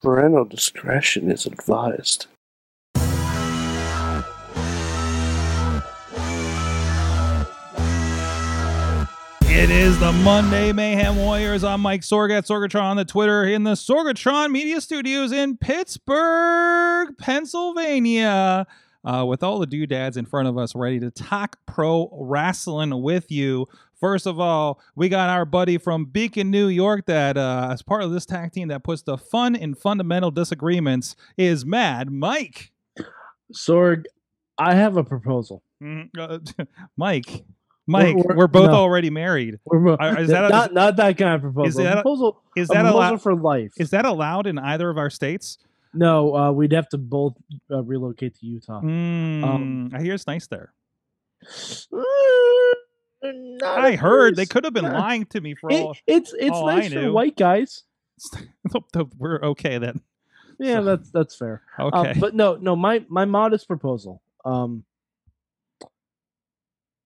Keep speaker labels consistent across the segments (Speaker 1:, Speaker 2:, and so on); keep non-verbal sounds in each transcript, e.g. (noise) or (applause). Speaker 1: Parental discretion is advised.
Speaker 2: It is the Monday Mayhem Warriors. I'm Mike Sorg at Sorgatron on the Twitter in the Sorgatron Media Studios in Pittsburgh, Pennsylvania. Uh, with all the doodads in front of us, ready to talk pro wrestling with you. First of all, we got our buddy from Beacon, New York, that uh, as part of this tag team that puts the fun in fundamental disagreements is Mad Mike.
Speaker 3: Sorg, I have a proposal.
Speaker 2: Mm, uh, (laughs) Mike, Mike, we're, both
Speaker 3: no.
Speaker 2: already married.
Speaker 3: We're mo-
Speaker 2: Are- is that a-
Speaker 3: not not that kind of proposal?
Speaker 2: is that a-
Speaker 3: proposal
Speaker 2: Is
Speaker 3: a
Speaker 2: that
Speaker 3: proposal
Speaker 2: allowed?
Speaker 3: for life?
Speaker 2: Is that allowed in either of our states?
Speaker 3: no, uh, we'd have to both uh, relocate to Utah.
Speaker 2: Mm,
Speaker 3: Um,
Speaker 2: I hear it's nice there.
Speaker 3: Not
Speaker 2: I
Speaker 3: a
Speaker 2: heard they
Speaker 3: place.
Speaker 2: could have been
Speaker 3: Yeah.
Speaker 2: lying to me for
Speaker 3: It-
Speaker 2: all. (laughs)
Speaker 3: it's it's
Speaker 2: all I
Speaker 3: nice for
Speaker 2: knew.
Speaker 3: white guys.
Speaker 2: We're okay then.
Speaker 3: Yeah,
Speaker 2: So-
Speaker 3: that's that's fair. Um,
Speaker 2: Okay.
Speaker 3: but no, no, my my modest proposal. Um,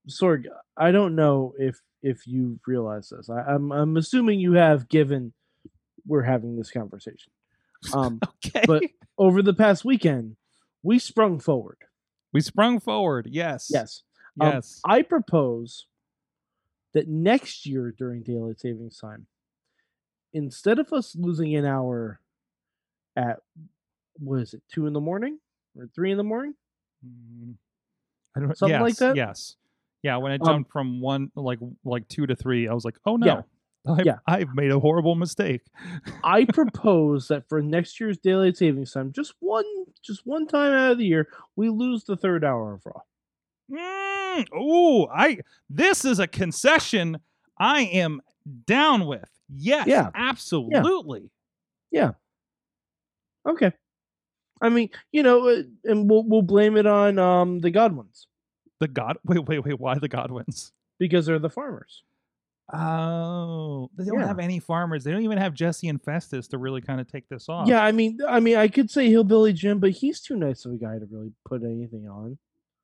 Speaker 3: Sorg, I don't know if if you realize this. I, I'm I'm assuming you have, given we're having this conversation. Um,
Speaker 2: (laughs) okay.
Speaker 3: but- over the past weekend, we sprung forward.
Speaker 2: we sprung forward. Yes.
Speaker 3: Yes, um,
Speaker 2: Yes.
Speaker 3: I propose that next year during daylight savings time, instead of us losing an hour at what is it, two in the morning or three in the morning?
Speaker 2: Mm. I don't,
Speaker 3: Something like
Speaker 2: yes,
Speaker 3: that?
Speaker 2: Yes. Yeah. When I
Speaker 3: Um,
Speaker 2: jumped from one, like like two to three, I was like, oh no,
Speaker 3: Yeah.
Speaker 2: (laughs) I've,
Speaker 3: Yeah.
Speaker 2: I've made a horrible mistake.
Speaker 3: I propose that for next year's daylight savings time, just one just one time out of the year, we lose the third hour of Raw.
Speaker 2: Mm, oh, I this is a concession I am down with. Yes,
Speaker 3: Yeah.
Speaker 2: absolutely.
Speaker 3: Okay. I mean, you know, uh, and we'll we'll blame it on um the Godwins
Speaker 2: The God (laughs) wait, wait, wait, why the Godwins?
Speaker 3: because they're the farmers.
Speaker 2: Oh, they don't
Speaker 3: Yeah.
Speaker 2: have any farmers. They don't even have Jesse and Festus to really kind of take this off.
Speaker 3: Yeah, I mean, I mean, I could say Hillbilly Jim, but he's too nice of a guy to really put anything on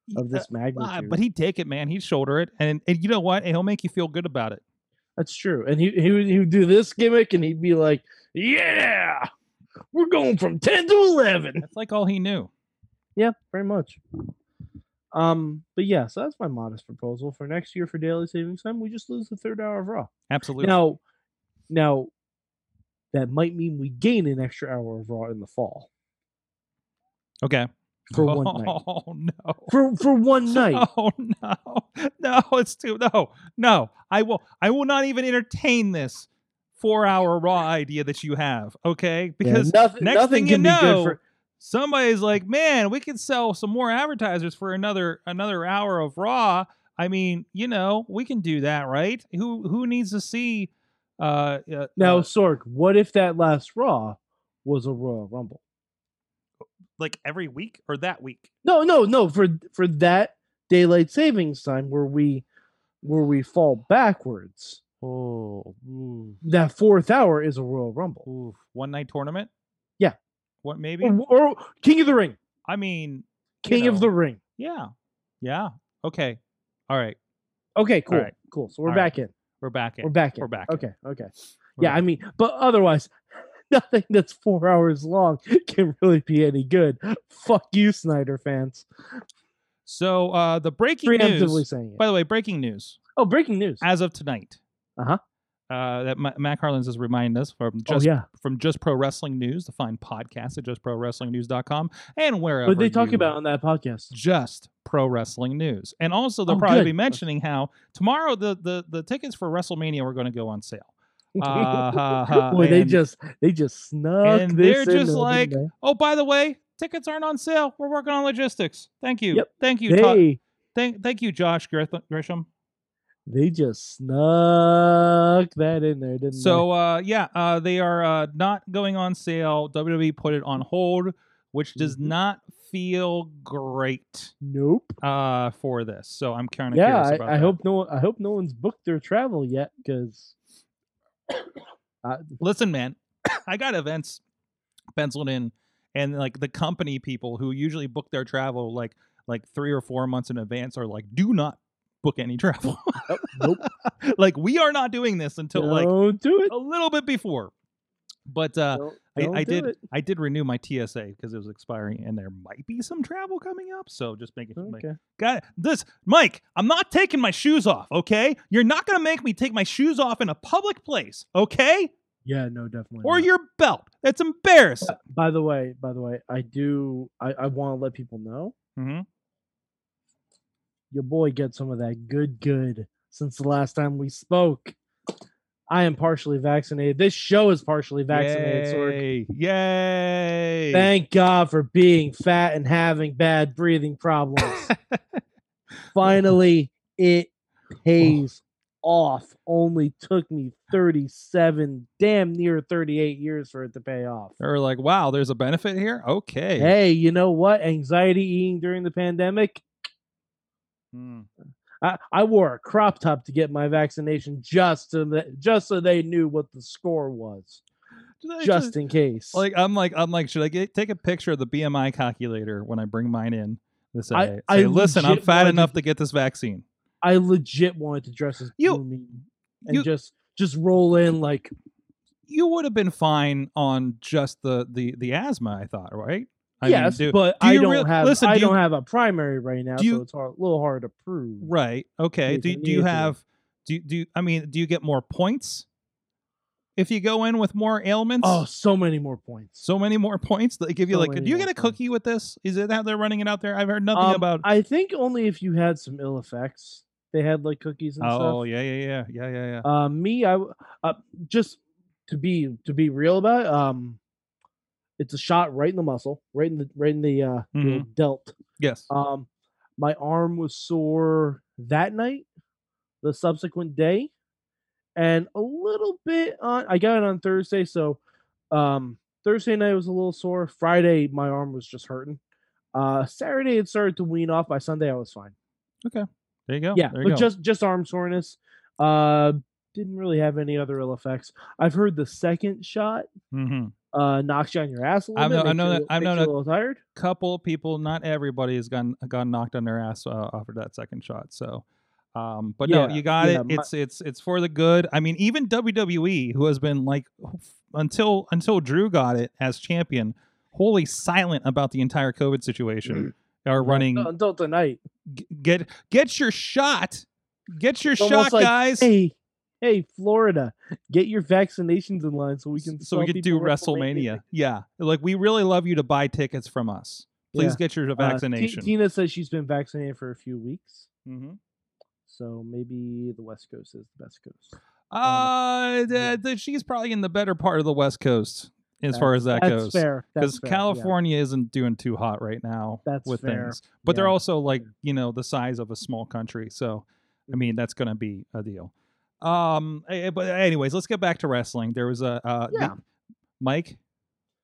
Speaker 2: Y-
Speaker 3: of this
Speaker 2: uh, uh,
Speaker 3: magnitude.
Speaker 2: but he'd take it, man. He'd shoulder it, and and you know what? And He'll make you feel good about it.
Speaker 3: That's true. And he he would, he would do this gimmick, and he'd be like, "Yeah, we're going from ten to 11.
Speaker 2: That's like all he knew.
Speaker 3: Yeah, very much. Um, but yeah, so that's my modest proposal for next year for daily savings time. We just lose the third hour of Raw.
Speaker 2: Absolutely.
Speaker 3: Now, now that might mean we gain an extra hour of Raw in the fall
Speaker 2: okay.
Speaker 3: for
Speaker 2: (laughs)
Speaker 3: one night.
Speaker 2: Oh no.
Speaker 3: For for one
Speaker 2: (laughs)
Speaker 3: night.
Speaker 2: Oh no, no, it's too no, no. I will, I will not even entertain this four-hour raw idea that you have. Okay,
Speaker 3: Yeah,
Speaker 2: because
Speaker 3: nothing,
Speaker 2: next
Speaker 3: nothing
Speaker 2: thing you
Speaker 3: can be good
Speaker 2: know,
Speaker 3: for
Speaker 2: somebody's like, man, we could sell some more advertisers for another another hour of raw. I mean, you know, we can do that, right? Who who needs to see? Uh, uh
Speaker 3: now,
Speaker 2: uh,
Speaker 3: Sork. What if that last Raw was a Royal Rumble?
Speaker 2: like every week or that week.
Speaker 3: No, no, no. For for that daylight savings time where we where we fall backwards,
Speaker 2: Oh,
Speaker 3: that fourth hour is a Royal Rumble.
Speaker 2: oof. one night tournament.
Speaker 3: Yeah.
Speaker 2: What maybe?
Speaker 3: Or, or King of the Ring.
Speaker 2: I mean, you
Speaker 3: King of
Speaker 2: know.
Speaker 3: the Ring.
Speaker 2: Yeah. Yeah. Okay. All right.
Speaker 3: Okay, cool.
Speaker 2: right.
Speaker 3: Cool. So we're
Speaker 2: All right.
Speaker 3: back in.
Speaker 2: We're back in.
Speaker 3: We're back in.
Speaker 2: We're back in.
Speaker 3: Okay, okay.
Speaker 2: We're
Speaker 3: yeah, I
Speaker 2: back.
Speaker 3: mean, but otherwise, (laughs) nothing that's four hours long can really be any good. Fuck you, Snyder fans.
Speaker 2: So uh the breaking
Speaker 3: Preemptively
Speaker 2: news.
Speaker 3: saying it.
Speaker 2: By the way, breaking news
Speaker 3: oh, breaking news.
Speaker 2: as of tonight.
Speaker 3: Uh-huh.
Speaker 2: Uh, that Ma- Matt Harlan's is reminding us from
Speaker 3: oh,
Speaker 2: just
Speaker 3: yeah.
Speaker 2: from Just Pro Wrestling News, the fine podcast at justprowrestlingnews.com and wherever.
Speaker 3: What they talk
Speaker 2: you-
Speaker 3: about on that podcast?
Speaker 2: Just Pro Wrestling News, and also they'll
Speaker 3: Oh,
Speaker 2: probably
Speaker 3: good.
Speaker 2: be mentioning how tomorrow the the the tickets for WrestleMania were going to go on
Speaker 3: (laughs)
Speaker 2: sale. Uh, ha, ha,
Speaker 3: Boy, they
Speaker 2: and-
Speaker 3: just they just snuck.
Speaker 2: and
Speaker 3: this
Speaker 2: they're
Speaker 3: in
Speaker 2: just
Speaker 3: there, didn't
Speaker 2: like,
Speaker 3: they?
Speaker 2: Oh, by the way, tickets aren't on sale. We're working on logistics. Thank you.
Speaker 3: Yep.
Speaker 2: Thank you.
Speaker 3: they
Speaker 2: Todd- Thank, thank you, Josh Grith- Grisham.
Speaker 3: they just snuck that in there, didn't
Speaker 2: So, uh, yeah, uh, they are uh, not going on sale. WWE put it on hold, which does
Speaker 3: Mhm.
Speaker 2: not feel great
Speaker 3: they? Nope.
Speaker 2: uh, for this. So I'm kind of
Speaker 3: Yeah,
Speaker 2: curious
Speaker 3: I,
Speaker 2: about
Speaker 3: I
Speaker 2: that.
Speaker 3: hope no I hope no one's booked their travel yet
Speaker 2: (laughs)
Speaker 3: because
Speaker 2: Listen, man, I got events penciled in, and like the company people who usually book their travel like like three or four months in advance are like, do not book any (laughs) travel.
Speaker 3: Oh, nope,
Speaker 2: like we are not doing this until like
Speaker 3: don't do it.
Speaker 2: a little bit before. But uh,
Speaker 3: Don't-
Speaker 2: I,
Speaker 3: don't
Speaker 2: I
Speaker 3: do
Speaker 2: did.
Speaker 3: it.
Speaker 2: I did renew my TSA because it was expiring, and there might be some travel coming up. So just making. sure.
Speaker 3: Okay.
Speaker 2: Got it. this, Mike. I'm not taking my shoes off. Okay, you're not gonna make me take my shoes off in a public place. Okay,
Speaker 3: Yeah, no, definitely.
Speaker 2: or
Speaker 3: not.
Speaker 2: your belt. That's embarrassing.
Speaker 3: By the way, by the way, I do. I, I want to let people know
Speaker 2: hmm
Speaker 3: your boy gets some of that good, good since the last time we spoke. I am partially vaccinated. This show is partially vaccinated. Sorg.
Speaker 2: Yay! Yay!
Speaker 3: Thank God for being fat and having bad breathing
Speaker 2: (laughs)
Speaker 3: problems. Finally, it pays off. Only took me 37, damn near 38 years for it to pay off.
Speaker 2: Or like, wow, there's a benefit here. Okay.
Speaker 3: Hey, you know what? Anxiety eating during the pandemic.
Speaker 2: Hmm.
Speaker 3: I, I wore a crop top to get my vaccination just to the, just so they knew what the score was,
Speaker 2: Just-
Speaker 3: just in case.
Speaker 2: like I'm like I'm like, should I get, take a picture of the BMI calculator when I bring mine in? To say,
Speaker 3: I-
Speaker 2: say,
Speaker 3: I
Speaker 2: listen, I'm
Speaker 3: legit
Speaker 2: fat
Speaker 3: wanted
Speaker 2: enough
Speaker 3: to-
Speaker 2: to get this vaccine.
Speaker 3: I legit wanted to dress as
Speaker 2: You-
Speaker 3: Blue Mean and
Speaker 2: you-
Speaker 3: just just roll in like
Speaker 2: You would have been fine on just the the the asthma. I thought, right? I mean,
Speaker 3: yes,
Speaker 2: do-
Speaker 3: but
Speaker 2: do
Speaker 3: I
Speaker 2: you
Speaker 3: don't
Speaker 2: real-
Speaker 3: have
Speaker 2: listen,
Speaker 3: I
Speaker 2: do you-
Speaker 3: not have a primary right now,
Speaker 2: do you-
Speaker 3: so it's hard, a little hard to prove.
Speaker 2: right? Okay.
Speaker 3: Yeah,
Speaker 2: Do
Speaker 3: you
Speaker 2: do you
Speaker 3: need to.
Speaker 2: have do do you- I mean do you get more points if you go in with more ailments?
Speaker 3: Oh, so many more points.
Speaker 2: so many more (laughs) points. They give you
Speaker 3: So
Speaker 2: like,
Speaker 3: many
Speaker 2: do you
Speaker 3: more
Speaker 2: get a
Speaker 3: points.
Speaker 2: cookie with this? Is it how they're running it out there? I've heard nothing
Speaker 3: Um,
Speaker 2: about.
Speaker 3: I think only if you had some ill effects. They had like cookies and stuff.
Speaker 2: oh yeah yeah yeah yeah yeah yeah.
Speaker 3: Uh, me, I w- uh, just to be to be real about it, um, it's a shot right in the muscle, right in the right in the uh the
Speaker 2: Mhm.
Speaker 3: old delt.
Speaker 2: yes.
Speaker 3: Um, my arm was sore that night, the subsequent day, and a little bit on. I got it on Thursday, so um, Thursday night was a little sore. Friday, my arm was just hurting. Uh, Saturday it started to wean off. By Sunday, I was fine
Speaker 2: there you go.
Speaker 3: yeah,
Speaker 2: Oh, There
Speaker 3: but
Speaker 2: you go.
Speaker 3: just just arm soreness. Uh, didn't really have any other ill effects. I've heard the second shot
Speaker 2: hmm
Speaker 3: uh knocks you on your ass a little
Speaker 2: I've
Speaker 3: bit. makes you a
Speaker 2: kno- I know that-
Speaker 3: little-
Speaker 2: I've
Speaker 3: makes
Speaker 2: known
Speaker 3: you
Speaker 2: that-
Speaker 3: a little tired.
Speaker 2: couple people, not everybody has gotten gotten knocked on their ass uh, after that second shot. So, um, but no,
Speaker 3: Yeah,
Speaker 2: you got
Speaker 3: yeah,
Speaker 2: it.
Speaker 3: my-
Speaker 2: It's it's it's for the good. I mean, even WWE, who has been like f- until until Drew got it as champion, wholly silent about the entire COVID situation, are
Speaker 3: Mm-hmm. Yeah,
Speaker 2: running
Speaker 3: until, until tonight.
Speaker 2: g- get get your shot, get your
Speaker 3: It's almost
Speaker 2: shot,
Speaker 3: like,
Speaker 2: guys.
Speaker 3: Hey, hey, Florida, get your vaccinations in line so we can
Speaker 2: so we
Speaker 3: sell
Speaker 2: could do
Speaker 3: people
Speaker 2: WrestleMania.
Speaker 3: Uh,
Speaker 2: Yeah, like we really love you to buy tickets from us. Please
Speaker 3: Yeah.
Speaker 2: get your
Speaker 3: Uh, T-
Speaker 2: vaccination.
Speaker 3: Tina says she's been vaccinated for a few weeks,
Speaker 2: mm-hmm.
Speaker 3: so maybe the West Coast is the best coast.
Speaker 2: Uh,
Speaker 3: Um, yeah.
Speaker 2: the, the, she's probably in the better part of the West Coast as far as that
Speaker 3: that's
Speaker 2: goes.
Speaker 3: fair. Because
Speaker 2: Because California isn't doing too hot right now
Speaker 3: That's
Speaker 2: with
Speaker 3: fair.
Speaker 2: things, but they're
Speaker 3: Yeah.
Speaker 2: also like you know the size of a small country. So, I mean that's going to be a deal. Um, eh, eh, but anyways, let's get back to wrestling. There was a uh, the-
Speaker 3: Yeah.
Speaker 2: Mike,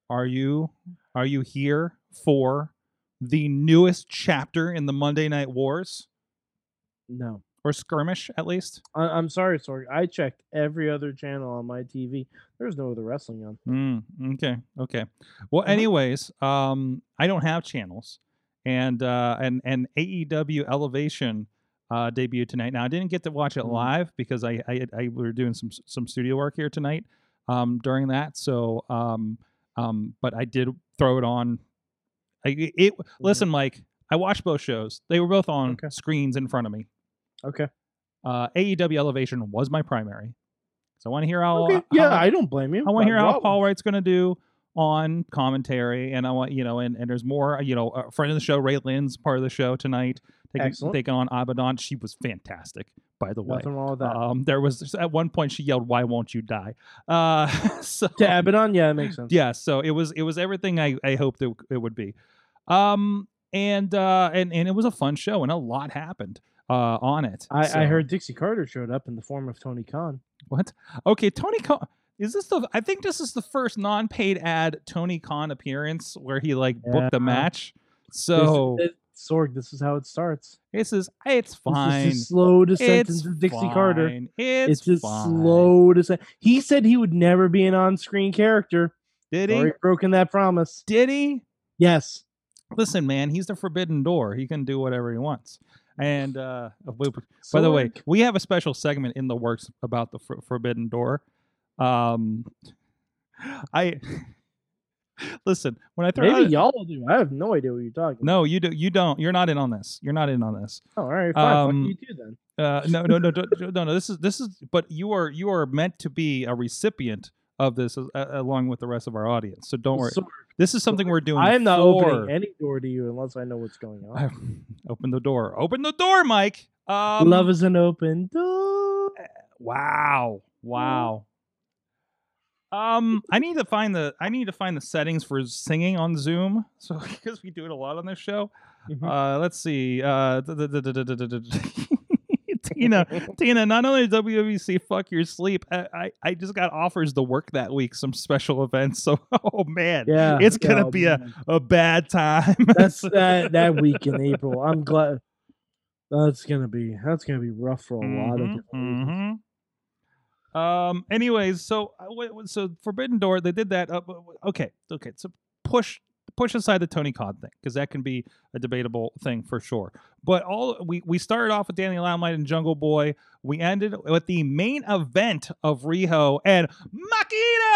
Speaker 2: are you are you here for the newest chapter in the Monday Night Wars
Speaker 3: No.
Speaker 2: or skirmish at least?
Speaker 3: I, I'm sorry, Sorg. I checked every other channel on my TV. There's no other wrestling on.
Speaker 2: Mm, okay. Okay. Well,
Speaker 3: Uh-huh.
Speaker 2: anyways, um, I don't have channels, and uh, and and AEW Elevation uh, debuted tonight. Now I didn't get to watch it
Speaker 3: Mm.
Speaker 2: live because I, I I we were doing some some studio work here tonight um, during that. So um, um, but I did throw it on. I, it it- listen, Mike. I watched both shows. They were both on
Speaker 3: Mm-hmm. Okay.
Speaker 2: screens in front of me.
Speaker 3: Okay.
Speaker 2: Uh, AEW Elevation was my primary. So I want to hear how,
Speaker 3: okay.
Speaker 2: how
Speaker 3: Yeah,
Speaker 2: I-
Speaker 3: I don't blame you.
Speaker 2: I want to hear
Speaker 3: Rob-
Speaker 2: how
Speaker 3: Rob-
Speaker 2: Paul Wright's going to do on commentary, and I want you know, and, and there's more. uh, You know, a friend of the show, Ray Lynn's part of the show tonight, taking,
Speaker 3: Excellent.
Speaker 2: taking on Abaddon. She was fantastic, by the way.
Speaker 3: Nothing wrong with that.
Speaker 2: Um, there was at one point she yelled, "Why won't you die?" Uh, (laughs) so
Speaker 3: to Abaddon, yeah, that makes sense.
Speaker 2: yeah, so it was it was everything I I hoped it, it would be. Um, and uh, and and it was a fun show, and a lot happened uh on it.
Speaker 3: I,
Speaker 2: So-
Speaker 3: I heard Dixie Carter showed up in the form of Tony Khan.
Speaker 2: What? Okay, Tony Khan. Is this the? I think this is the first non-paid ad Tony Khan appearance where he like booked
Speaker 3: Yeah.
Speaker 2: a match.
Speaker 3: This-
Speaker 2: So
Speaker 3: it- Sorg, this is how it starts.
Speaker 2: this is it's
Speaker 3: This
Speaker 2: fine.
Speaker 3: is his slow descent
Speaker 2: it's
Speaker 3: into Dixie Carter.
Speaker 2: fine. It's,
Speaker 3: It's just
Speaker 2: fine.
Speaker 3: slow descent. He said he would never be an on-screen character.
Speaker 2: Did he?
Speaker 3: Sorry, broken that promise.
Speaker 2: Did he?
Speaker 3: Yes.
Speaker 2: Listen, man, he's the forbidden door. He can do whatever he wants. And uh, we- by the way,
Speaker 3: Sorg.
Speaker 2: we have a special segment in the works about the for- forbidden door. Um, I (laughs) listen when I throw out
Speaker 3: Maybe
Speaker 2: a-
Speaker 3: y'all do. I have no idea what you're talking.
Speaker 2: uh, no, you do. You don't. You're not in on this. You're not in on this.
Speaker 3: about. Oh, all right, fine.
Speaker 2: Um,
Speaker 3: fuck you too then.
Speaker 2: Uh, no, no, no, don't- no, no. This is this is. But you are you are meant to be a recipient of this uh, along with the rest of our audience. So don't worry.
Speaker 3: So
Speaker 2: This is something we're doing.
Speaker 3: I am not
Speaker 2: for...
Speaker 3: opening any door to you unless I know what's going on.
Speaker 2: I- open the door. Open the door, Mike. Um,
Speaker 3: Love is an open
Speaker 2: (laughs)
Speaker 3: door.
Speaker 2: Wow. Wow. Um, I need to find the I need to find the settings for singing on Zoom. So because we do it a lot on this show.
Speaker 3: Mhm.
Speaker 2: Uh, let's see. Uh, Tina, Tina. Not only did WWC fuck your sleep, I, I I just got offers to work that week, some special events. So (laughs) oh man,
Speaker 3: (laughs) yeah,
Speaker 2: it's gonna
Speaker 3: oh,
Speaker 2: be a-
Speaker 3: man.
Speaker 2: a bad time.
Speaker 3: that's that that week in April. I'm glad. That's gonna be that's gonna be rough for a lot of
Speaker 2: Mhm,
Speaker 3: different reasons.
Speaker 2: mhm. Um. Anyways, so uh, wait, wait, so Forbidden Door, they did that. Uh, w- w- okay, okay. So push push aside the Tony Khan thing because that can be a debatable thing for sure. But all we we started off with Danny Limelight and Jungle Boy. We ended with the main event of Riho and Makito.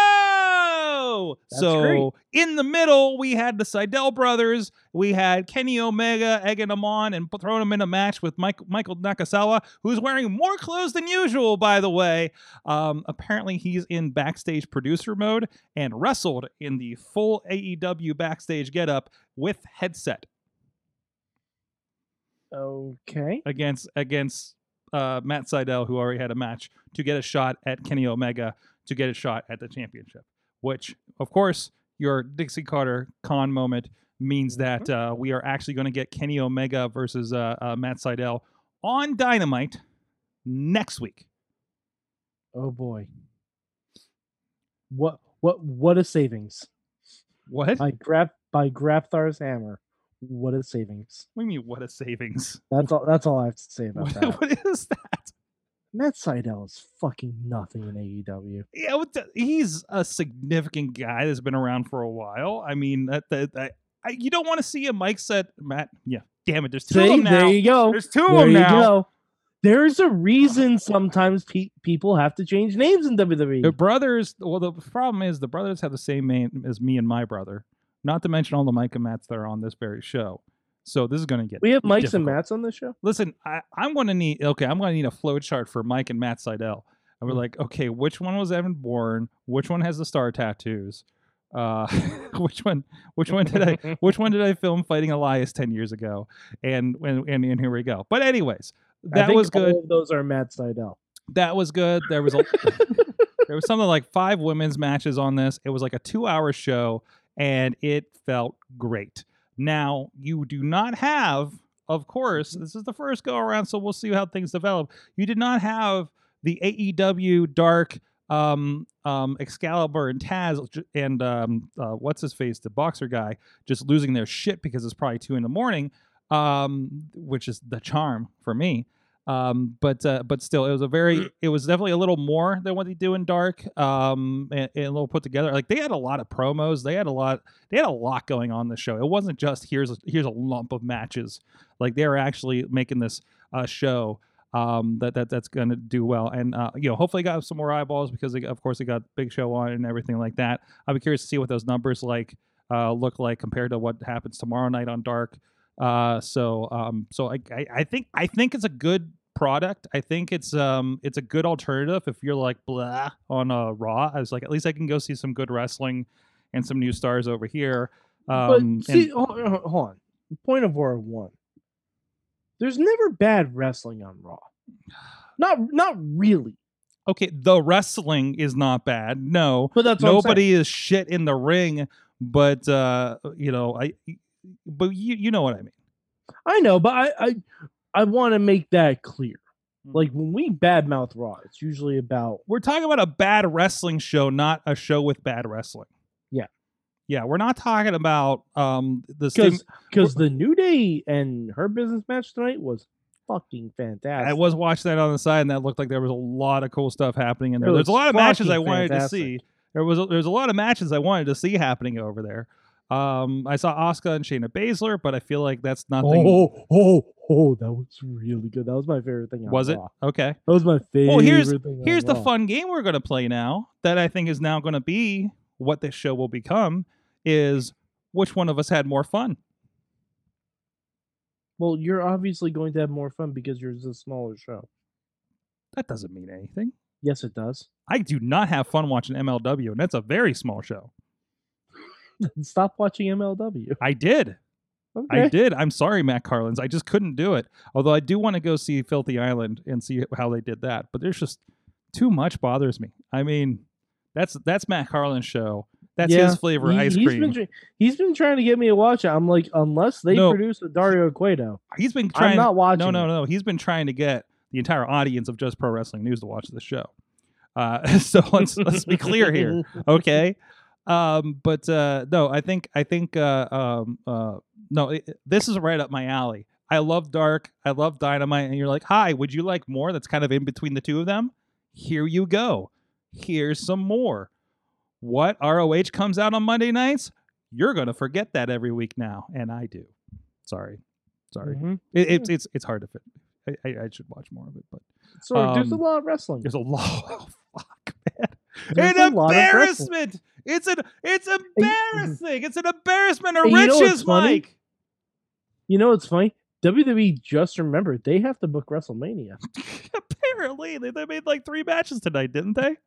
Speaker 3: That's
Speaker 2: so
Speaker 3: great.
Speaker 2: in the middle, we had the Seidel brothers. We had Kenny Omega egging him on and p- throwing him in a match with Mike, Michael Nakasawa, who's wearing more clothes than usual, by the way. Um, apparently, he's in backstage producer mode and wrestled in the full AEW backstage getup with headset
Speaker 3: Okay.
Speaker 2: against against uh, Matt Seidel, who already had a match to get a shot at Kenny Omega to get a shot at the championship. Which, of course, your Dixie Carter con moment means that
Speaker 3: Mm-hmm.
Speaker 2: uh, we are actually going to get Kenny Omega versus uh, uh, Matt Seidel on Dynamite next week.
Speaker 3: Oh boy. What what what a savings
Speaker 2: What?
Speaker 3: by Grap by Grapthar's hammer. What a savings.
Speaker 2: what do you mean? What a savings!
Speaker 3: That's all. That's all I have to say about
Speaker 2: (laughs) What,
Speaker 3: that.
Speaker 2: what is that?
Speaker 3: Matt Seidel is fucking nothing in E AEW.
Speaker 2: Yeah, what the- he's a significant guy that's been around for a while. I mean, that, that, that- I, you don't want to see a Mike set Matt. Yeah, damn it. There's two of
Speaker 3: See,
Speaker 2: them now.
Speaker 3: there you go.
Speaker 2: There's two of
Speaker 3: There
Speaker 2: them
Speaker 3: you
Speaker 2: now.
Speaker 3: go. There's a reason sometimes pe- people have to change names in E. WWE.
Speaker 2: The brothers. Well, the problem is the brothers have the same name as me and my brother. Not to mention all the Mike and Matts that are on this very show. So this is going to get.
Speaker 3: we have Mike's and
Speaker 2: difficult.
Speaker 3: Matt's on this
Speaker 2: (laughs)
Speaker 3: show.
Speaker 2: Listen, I, I'm going to need. Okay, I'm going to need a flow chart for Mike and Matt Seidel. And we're like, okay, which one was Evan Bourne? Which one has the star tattoos? Uh, (laughs) which one? Which one did
Speaker 3: (laughs)
Speaker 2: I? Which one did I film fighting Elias ten years ago? And and and, and here we go. But anyways,
Speaker 3: I
Speaker 2: that
Speaker 3: think
Speaker 2: was good.
Speaker 3: All of those are Matt Seidel.
Speaker 2: that was good. There was a, (laughs) there was something like five women's matches on this. It was like a two hour show, and it felt great. Now you do not have, of course, this is the first go around, so we'll see how things develop. You did not have the AEW Dark um um Excalibur and Taz j- and um uh, what's his face the boxer guy just losing their shit because it's probably two in the morning um which is the charm for me um but uh, but still it was a very it was definitely a little more than what they do in dark um and, and a little put together like they had a lot of promos they had a lot they had a lot going on the show it wasn't just here's a, here's a lump of matches like they're actually making this uh show um that, that that's gonna do well and uh you know hopefully got some more eyeballs because they, of course they got big show on and everything like that i'll be curious to see what those numbers like uh look like compared to what happens tomorrow night on dark uh, so um, so I, I I think I think it's a good product. I think it's um it's a good alternative if you're like blah on a Raw. I was like at least I can go see some good wrestling and some new stars over here. Um,
Speaker 3: but see,
Speaker 2: and-
Speaker 3: hold, hold on. Point of order one. There's never bad wrestling on Raw. Not not really.
Speaker 2: okay, the wrestling is not bad. No,
Speaker 3: But that's what I'm saying.
Speaker 2: nobody is shit in the ring, but uh, you know I. But you you know what I mean.
Speaker 3: I know, but I I, I want to make that clear.
Speaker 2: Hmm.
Speaker 3: Like when we badmouth Raw, it's usually about
Speaker 2: we're talking about a bad wrestling show, not a show with bad wrestling.
Speaker 3: Yeah.
Speaker 2: Yeah, we're not talking about um the same
Speaker 3: because because the New Day and her business match tonight was fucking fantastic.
Speaker 2: I was watching that on the side and that looked like there was a lot of cool stuff happening in
Speaker 3: It
Speaker 2: there. There's
Speaker 3: was
Speaker 2: a lot of matches I
Speaker 3: fucking
Speaker 2: wanted
Speaker 3: fantastic.
Speaker 2: to see. There was a, there's a lot of matches I wanted to see happening over there. Um I saw Oscar and Shayna Baszler, but I feel like that's nothing
Speaker 3: Oh, oh, oh, that was really good. That was my favorite thing. On
Speaker 2: was it?
Speaker 3: Raw.
Speaker 2: Okay.
Speaker 3: That was my favorite.
Speaker 2: here's-
Speaker 3: thing on
Speaker 2: Here's the
Speaker 3: Raw.
Speaker 2: fun game we're going to play now that I think is now going to be what this show will become is which one of us had more fun.
Speaker 3: Well, you're obviously going to have more fun because yours is a smaller show.
Speaker 2: That doesn't mean anything.
Speaker 3: Yes, it does. (laughs)
Speaker 2: I do not have fun watching MLW, and that's a very small show.
Speaker 3: Stop watching MLW.
Speaker 2: I did.
Speaker 3: Okay.
Speaker 2: I did. I'm sorry, Matt Carlins. I just couldn't do it. Although I do want to go see Filthy Island and see how they did that. But there's just too much bothers me. I mean, that's that's Matt Carlin's show. That's
Speaker 3: Yeah.
Speaker 2: his flavor
Speaker 3: He-
Speaker 2: ice
Speaker 3: he's
Speaker 2: cream.
Speaker 3: Been, tr- he's been trying to get me to watch it. I'm like, unless they
Speaker 2: No.
Speaker 3: produce a Dario Cueto,
Speaker 2: he's been
Speaker 3: I'm
Speaker 2: trying.
Speaker 3: not watching.
Speaker 2: no, no,
Speaker 3: it.
Speaker 2: no. He's been trying to get the entire audience of Just Pro Wrestling News to watch this show. Uh, (laughs) so let's let's be clear here.
Speaker 3: (laughs)
Speaker 2: okay um but uh no i think i think uh um uh no it, it- this is right up my alley i love dark i love dynamite and you're like hi would you like more that's kind of in between the two of them here you go here's some more what roh comes out on monday nights you're gonna forget that every week now and i do sorry sorry
Speaker 3: Mhm.
Speaker 2: it, it's it's it's hard to fit I, I, I should watch more of it but
Speaker 3: So there's a
Speaker 2: Um,
Speaker 3: lot of wrestling.
Speaker 2: there's a lot (laughs) oh, fuck man
Speaker 3: Hmm. There's
Speaker 2: an
Speaker 3: a lot of wrestling.
Speaker 2: embarrassment. It's an it's embarrassing. It's an embarrassment. Or
Speaker 3: And you know
Speaker 2: riches,
Speaker 3: what's funny?
Speaker 2: Mike. (laughs)
Speaker 3: You know what's funny? WWE just remembered they have to book WrestleMania.
Speaker 2: Apparently, they, they made like three matches tonight, didn't they?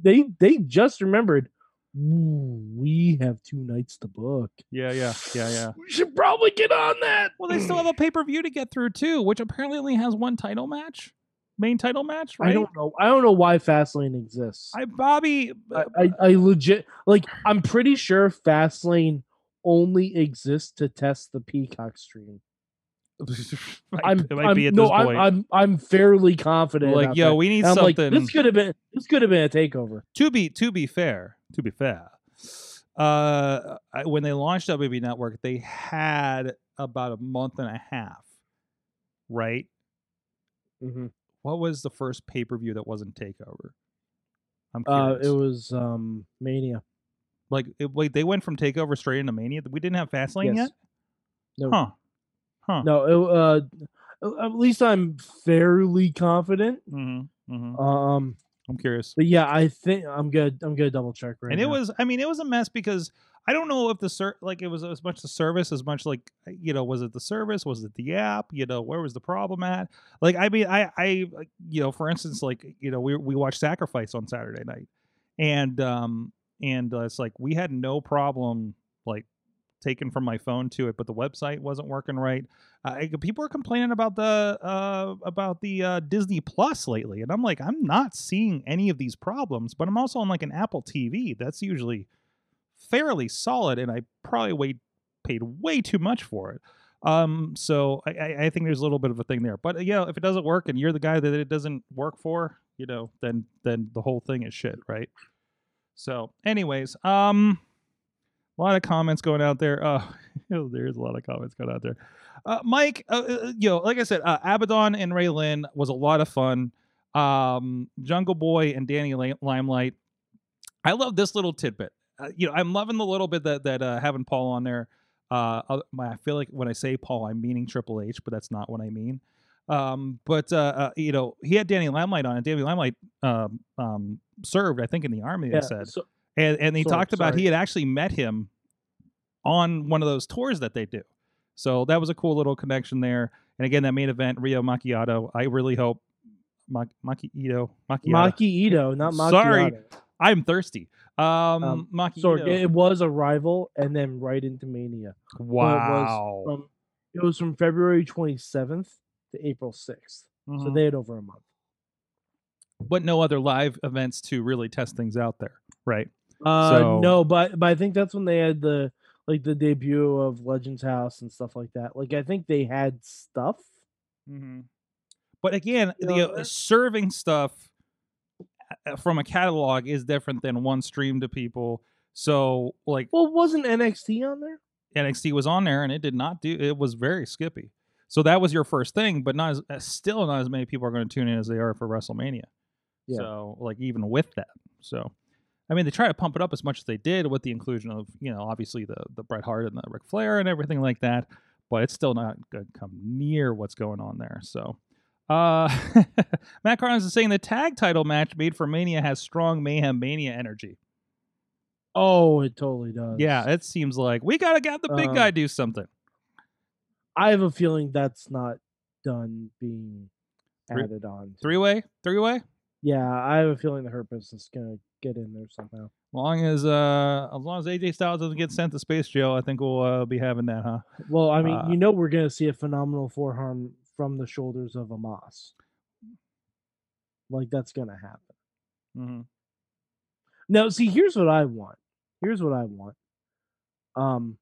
Speaker 3: They they just remembered "Ooh, we have two nights to book.
Speaker 2: Yeah, yeah, yeah, yeah.
Speaker 3: We should probably get on that.
Speaker 2: Well, they
Speaker 3: Hmm.
Speaker 2: still have a pay per view to get through too, which apparently only has one title match, main title match, right?
Speaker 3: I don't know. I don't know why Fastlane exists.
Speaker 2: I Bobby. uh, (laughs)
Speaker 3: I, I, I legit like I'm pretty sure Fastlane only exists to test the Peacock stream. I'm,
Speaker 2: it might
Speaker 3: I'm-
Speaker 2: be at
Speaker 3: no,
Speaker 2: this
Speaker 3: I'm,
Speaker 2: point.
Speaker 3: I'm I'm fairly confident.
Speaker 2: like,
Speaker 3: about
Speaker 2: yo,
Speaker 3: that.
Speaker 2: we need
Speaker 3: And I'm like,
Speaker 2: something.
Speaker 3: this could have been this could have been a takeover.
Speaker 2: to be to be fair, to be fair, uh, I, when they launched WB Network, they had about a month and a half, right? Mm-hmm. What was the first pay per view that wasn't Takeover? I'm
Speaker 3: Uh,
Speaker 2: curious.
Speaker 3: it was um Mania.
Speaker 2: like, it, like they went from Takeover straight into Mania. We didn't have
Speaker 3: Yes.
Speaker 2: Fastlane yet.
Speaker 3: No.
Speaker 2: Huh. Huh.
Speaker 3: No, it, uh, uh, at least I'm fairly confident.
Speaker 2: Mm-hmm, mm-hmm.
Speaker 3: Um,
Speaker 2: I'm curious.
Speaker 3: but yeah, I think I'm good. I'm gonna double check right
Speaker 2: and it
Speaker 3: now.
Speaker 2: was i mean it was a mess because i don't know if the ser- like it was as much the service as much like uh, you know was it the service was it the app you know where was the problem at like i mean i i like, you know for instance like you know we we watched sacrifice on saturday night and um and uh, it's like we had no problem like taken from my phone to it but the website wasn't working right uh, I- people are complaining about the uh about the uh disney plus lately and i'm like i'm not seeing any of these problems but i'm also on like an apple tv that's usually fairly solid and i probably way, paid way too much for it um so I, I i think there's a little bit of a thing there but uh, you know if it doesn't work and you're the guy that it doesn't work for you know then then the whole thing is shit right so anyways um a lot of comments going out there uh (laughs) there's a lot of comments going out there uh, Mike, uh, uh, yo, like I said, uh, Abaddon and Ray Lynn was a lot of fun. Um, Jungle Boy and Danny Li- Limelight. I love this little tidbit. Uh, you know, I'm loving the little bit that that uh, having Paul on there. Uh, uh, my- I feel like when I say Paul, I'm meaning Triple H, but that's not what I mean. Um, but uh, uh, you know, he had Danny Limelight on, and Danny Limelight um, um, served, I think, in the army.
Speaker 3: Yeah,
Speaker 2: they said,
Speaker 3: so-
Speaker 2: and and he
Speaker 3: Sorry,
Speaker 2: talked about
Speaker 3: sorry.
Speaker 2: he had actually met him on one of those tours that they do. So that was a cool little connection there. And again, that main event, Rio Macchiato. I really hope Mac- Macchiato. Macchiato.
Speaker 3: Maki Ito,
Speaker 2: (laughs)
Speaker 3: not Maki.
Speaker 2: Sorry,
Speaker 3: Ito.
Speaker 2: I'm thirsty. Um,
Speaker 3: Um,
Speaker 2: Macchiato.
Speaker 3: So it, it was a rival, and then right into Mania.
Speaker 2: wow.
Speaker 3: From it was from February 27th to April 6th, so
Speaker 2: Mhm.
Speaker 3: they had over a month.
Speaker 2: but no other live events to really test things out there, right?
Speaker 3: Uh,
Speaker 2: So-
Speaker 3: no, but but I think that's when they had the like the debut of Legends House and stuff like that. Like I think they had stuff.
Speaker 2: Mm-hmm. But again,
Speaker 3: You
Speaker 2: the
Speaker 3: know,
Speaker 2: uh,
Speaker 3: that's-
Speaker 2: serving stuff uh, from a catalog is different than one stream to people. So, like
Speaker 3: Well, wasn't NXT on there?
Speaker 2: NXT was on there, and it did not do. It was very skippy. So that was your first thing, but not as uh, still not as many people are going to tune in as they are for WrestleMania.
Speaker 3: Yeah.
Speaker 2: So, like even with that, so I mean, they try to pump it up as much as they did with the inclusion of you know obviously the the Bret Hart and the Ric Flair and everything like that, but it's still not going to come near what's going on there. So. Uh, (laughs) Matt Carlins is saying the tag title match made for Mania has strong mayhem mania energy.
Speaker 3: Oh, it totally does.
Speaker 2: Yeah, it seems like we gotta have the big
Speaker 3: Uh,
Speaker 2: guy do something.
Speaker 3: I have a feeling that's not done being
Speaker 2: Three-
Speaker 3: added on. to.
Speaker 2: Three way, three way.
Speaker 3: Yeah, I have a feeling the herpes is gonna get in there somehow.
Speaker 2: Long as uh, as long as AJ Styles doesn't get sent to space jail, I think we'll uh, be having that, huh?
Speaker 3: Well, I mean,
Speaker 2: Uh,
Speaker 3: you know, we're gonna see a phenomenal forearm from the shoulders of Amos. Like that's gonna happen.
Speaker 2: Mm-hmm.
Speaker 3: No, see, here's what I want. Here's what I want. Um,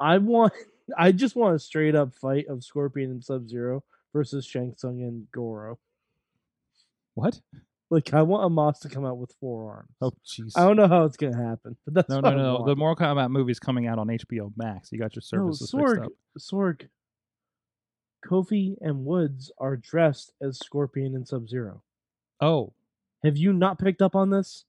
Speaker 3: I want. (laughs) I just want a straight up fight of Scorpion and Sub Zero versus Shang Tsung and Goro.
Speaker 2: What?
Speaker 3: Like, I want Amos to come out with forearms.
Speaker 2: Oh, jeez.
Speaker 3: I don't know how it's gonna happen, but that's
Speaker 2: No,
Speaker 3: what
Speaker 2: no,
Speaker 3: I
Speaker 2: no. The
Speaker 3: want.
Speaker 2: Mortal Kombat movie's coming out on HBO Max. You got your
Speaker 3: No,
Speaker 2: services
Speaker 3: Sorg,
Speaker 2: fixed up.
Speaker 3: Sorg, Kofi and Woods are dressed as Scorpion and Sub Zero.
Speaker 2: Oh,
Speaker 3: Have you not picked up on this?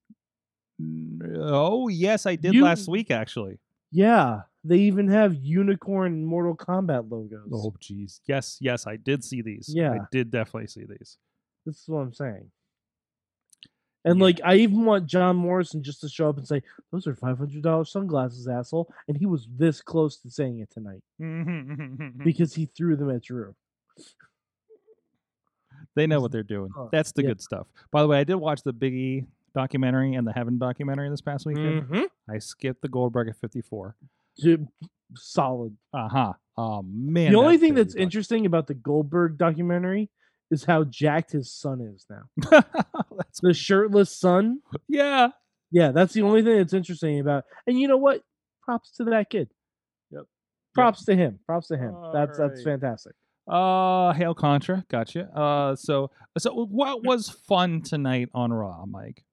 Speaker 2: N- oh yes, I did
Speaker 3: You-
Speaker 2: last week actually.
Speaker 3: Yeah, they even have unicorn and Mortal Kombat logos.
Speaker 2: Oh, jeez. Yes, yes, I did see these. I
Speaker 3: Yeah.
Speaker 2: did definitely see these.
Speaker 3: This is what I'm saying. And
Speaker 2: Yeah.
Speaker 3: like, I even want John Morrison just to show up and say, "Those are five hundred dollars sunglasses, asshole." And he was this close to saying it tonight
Speaker 2: Hmm.
Speaker 3: because he threw them at Drew.
Speaker 2: (laughs) They know
Speaker 3: Is-
Speaker 2: what they're doing.
Speaker 3: Huh,
Speaker 2: That's the
Speaker 3: yeah.
Speaker 2: good stuff. By the way, I did watch the Big E documentary and the Heaven documentary this past
Speaker 3: Mm.
Speaker 2: weekend. I skipped the Goldberg at 54.
Speaker 3: Dude, solid.
Speaker 2: Uh huh. Oh, man.
Speaker 3: the only
Speaker 2: that
Speaker 3: thing
Speaker 2: Big E
Speaker 3: Uh-huh. that's interesting about the Goldberg documentary is how jacked his son is now.
Speaker 2: doc-
Speaker 3: (laughs)
Speaker 2: (laughs) that's,
Speaker 3: The shirtless son.
Speaker 2: yeah.
Speaker 3: Yeah, that's the only thing that's interesting about. And you know what? Props to that kid. Yep. Props to him. Props to him. that's that's
Speaker 2: Alright.
Speaker 3: fantastic.
Speaker 2: Uh, Hail Contra. Gotcha. Uh, so, so what was fun tonight on Raw, Mike?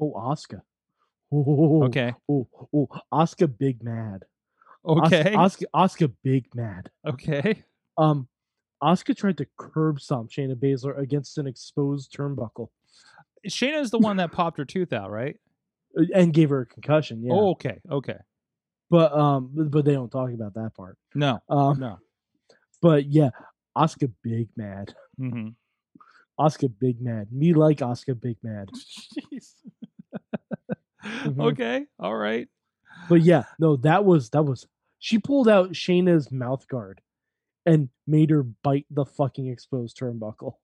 Speaker 3: Oh, Oscar. Oh,
Speaker 2: Okay.
Speaker 3: Oh, oh, Oscar big mad.
Speaker 2: Okay.
Speaker 3: Oscar, Oscar big mad.
Speaker 2: (laughs) okay.
Speaker 3: Um, Oscar tried to curb stomp Shayna Baszler against an exposed turnbuckle
Speaker 2: Shayna's the
Speaker 3: (laughs)
Speaker 2: one that popped her tooth out, right?
Speaker 3: uh, and gave her a concussion. Yeah.
Speaker 2: Oh, okay. Okay.
Speaker 3: But um, but- but they don't talk about that part.
Speaker 2: No.
Speaker 3: Um,
Speaker 2: No.
Speaker 3: but yeah, Oscar big mad. (laughs)
Speaker 2: Mm-hmm.
Speaker 3: Oscar big mad. Me like Oscar big mad.
Speaker 2: (laughs) Jeez.
Speaker 3: Mhm.
Speaker 2: Okay.
Speaker 3: (laughs)
Speaker 2: All right.
Speaker 3: But yeah, no, that was that was. She pulled out Shayna's mouth guard and made her bite the fucking exposed turnbuckle.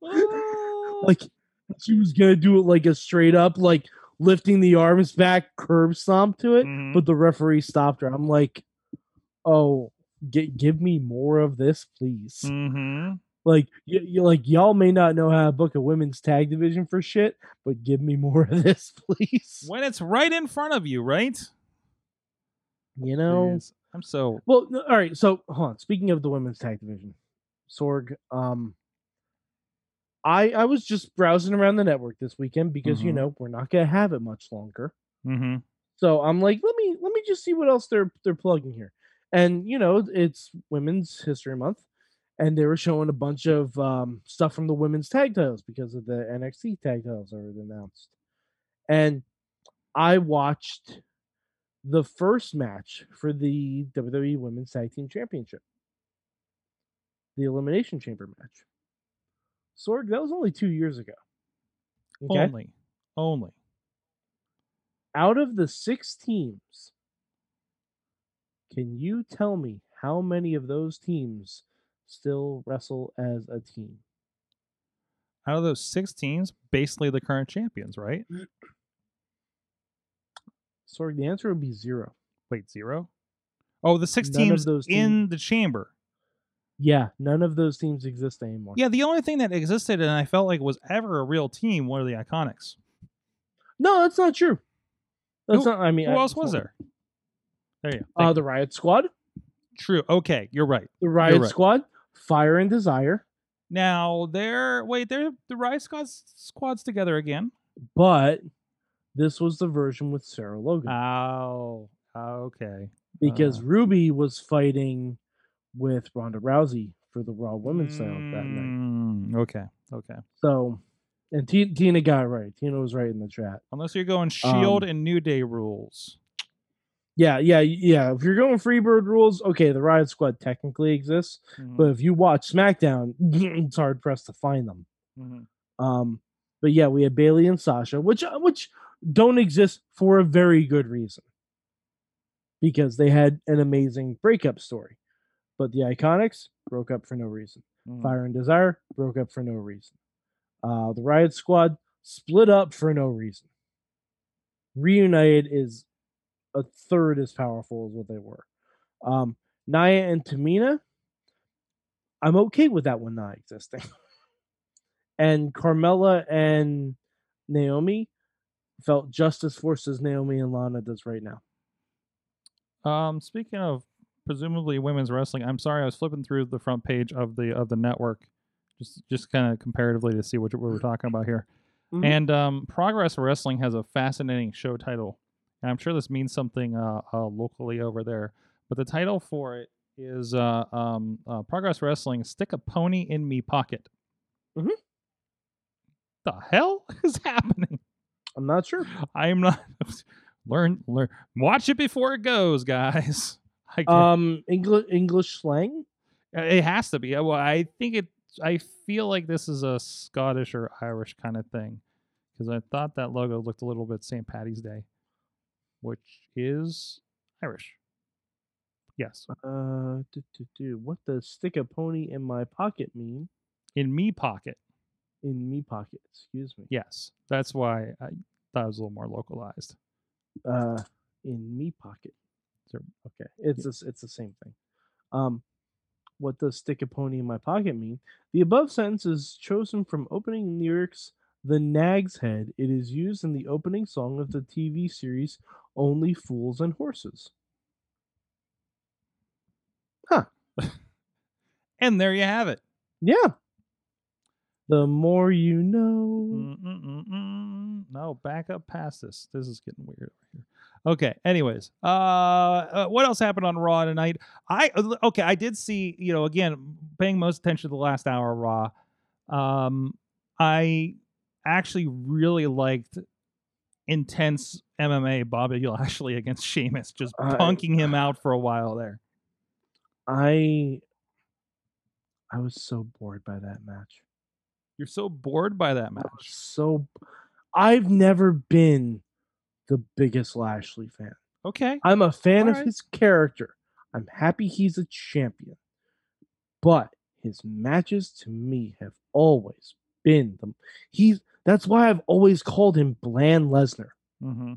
Speaker 3: (laughs) like (laughs) she was gonna do it like a straight up like lifting the arms back curb stomp to it
Speaker 2: Mhm.
Speaker 3: but the referee stopped her i'm like oh gi- give me more of this please
Speaker 2: Mhm.
Speaker 3: like y- you like y'all may not know how to book a women's tag division for shit but give me more of this (laughs) please
Speaker 2: When it's right in front of you, right?
Speaker 3: you know
Speaker 2: Jeez. I'm so.
Speaker 3: well no, all right so hold on speaking of the women's tag division sorg um i i was just browsing around the network this weekend because you
Speaker 2: Mhm.
Speaker 3: know we're not gonna have it much longer
Speaker 2: Mm-hmm.
Speaker 3: So I'm like, let me let me just see what else they're they're plugging here. And you know, it's Women's History Month, and they were showing a bunch of um, stuff from the women's tag titles because of the NXT tag titles that were announced. And I watched the first match for the WWE Women's Tag Team Championship, the Elimination Chamber match. Sorg, that was only two years ago.
Speaker 2: Only. Only.
Speaker 3: out of the six teams, can you tell me how many of those teams still wrestle as a team?
Speaker 2: Out of those six teams, basically the current champions, right?
Speaker 3: Mm. Sorg, the answer would be zero.
Speaker 2: Wait, zero? Oh, the six
Speaker 3: None of
Speaker 2: teams
Speaker 3: those team-
Speaker 2: in the chamber.
Speaker 3: Yeah, none of those teams exist anymore.
Speaker 2: Yeah, the only thing that existed and I felt like was ever a real team were the Iconics.
Speaker 3: No, that's not true. That's
Speaker 2: Who-
Speaker 3: not. I mean,
Speaker 2: Who
Speaker 3: I-
Speaker 2: else was
Speaker 3: hold on.
Speaker 2: there? There you go.
Speaker 3: Uh,
Speaker 2: Thank
Speaker 3: the Riot Squad.
Speaker 2: you. True. Okay, you're right.
Speaker 3: The Riot
Speaker 2: right.
Speaker 3: Squad. Fire and Desire.
Speaker 2: Now they're wait, they're the Riot Squad's squads together again.
Speaker 3: But this was the version with Sarah Logan
Speaker 2: Oh, okay.
Speaker 3: because
Speaker 2: ah.
Speaker 3: Ruby was fighting with Ronda Rousey for the Raw Women's title that night.
Speaker 2: Mm, Okay, okay.
Speaker 3: So, and T- Tina got it right. Tina was right in the chat.
Speaker 2: Unless you're
Speaker 3: Um,
Speaker 2: going Shield and New Day rules.
Speaker 3: Yeah, yeah, yeah. If you're going Freebird rules, okay, the Riot Squad technically exists,
Speaker 2: Mhm,
Speaker 3: but if you watch SmackDown, (laughs) it's hard pressed to find them.
Speaker 2: mhm.
Speaker 3: Um, but yeah, we had Bailey and Sasha, which uh, which don't exist for a very good reason because they had an amazing breakup story. But the Iconics broke up for no reason.
Speaker 2: Mm.
Speaker 3: Fire and Desire broke up for no reason. Uh, the Riot Squad split up for no reason. Reunited is a third as powerful as what they were. Um, Naya and Tamina, I'm okay with that one not existing. (laughs) and Carmella and Naomi felt just as forced as Naomi and Lana does right now.
Speaker 2: Um, speaking of presumably women's wrestling, I'm sorry, I was flipping through the front page of the of the network, just just kind of comparatively to see what, what we're talking about here.
Speaker 3: Mhm.
Speaker 2: And um, Progress Wrestling has a fascinating show title, and I'm sure this means something uh, uh, locally over there. But the title for it is uh, um, uh, Progress Wrestling: Stick a Pony in Me Pocket.
Speaker 3: Mhm.
Speaker 2: The hell (laughs) is happening?
Speaker 3: I'm not sure.
Speaker 2: I'm not (laughs) learn learn watch it before it goes, guys. (laughs) I can't-
Speaker 3: Um, English English slang.
Speaker 2: it has to be. Uh, Well, I think it. I feel like this is a Scottish or Irish kind of thing because I thought that logo looked a little bit St. Patty's Day, which is Irish. Yes,
Speaker 3: Uh, do, do, do. what does stick a pony in my pocket mean?
Speaker 2: in me pocket.
Speaker 3: In me pocket, excuse me.
Speaker 2: Yes, that's why I thought it was a little more localized.
Speaker 3: Uh, in me pocket.
Speaker 2: Sure.
Speaker 3: Okay, it's the s it's the same thing. Um, what does stick a pony in my pocket mean? The above sentence is chosen from opening lyrics. The Nag's Head. It is used in the opening song of the TV series Only Fools and Horses.
Speaker 2: And there you have it.
Speaker 3: Yeah. The more you
Speaker 2: Hmm.
Speaker 3: know.
Speaker 2: Mm-mm-mm-mm. No, back up past this. This is getting weird over here. Okay. Anyways, uh, uh, what else happened on Raw tonight? I okay. I did see. You know, again, paying most attention to the last hour of Raw. Um, I actually really liked intense MMA Bobby (laughs) Lashley against Sheamus, just
Speaker 3: I-
Speaker 2: punking him out for a while there.
Speaker 3: I I was so bored by that match.
Speaker 2: You're so bored by that
Speaker 3: I
Speaker 2: match.
Speaker 3: was so I've never been the biggest Lashley fan.
Speaker 2: Okay.
Speaker 3: I'm a fan of
Speaker 2: Alright.
Speaker 3: his character. I'm happy he's a champion. But his matches to me have always been the he's that's why I've always called him bland Lesnar.
Speaker 2: Mm-hmm.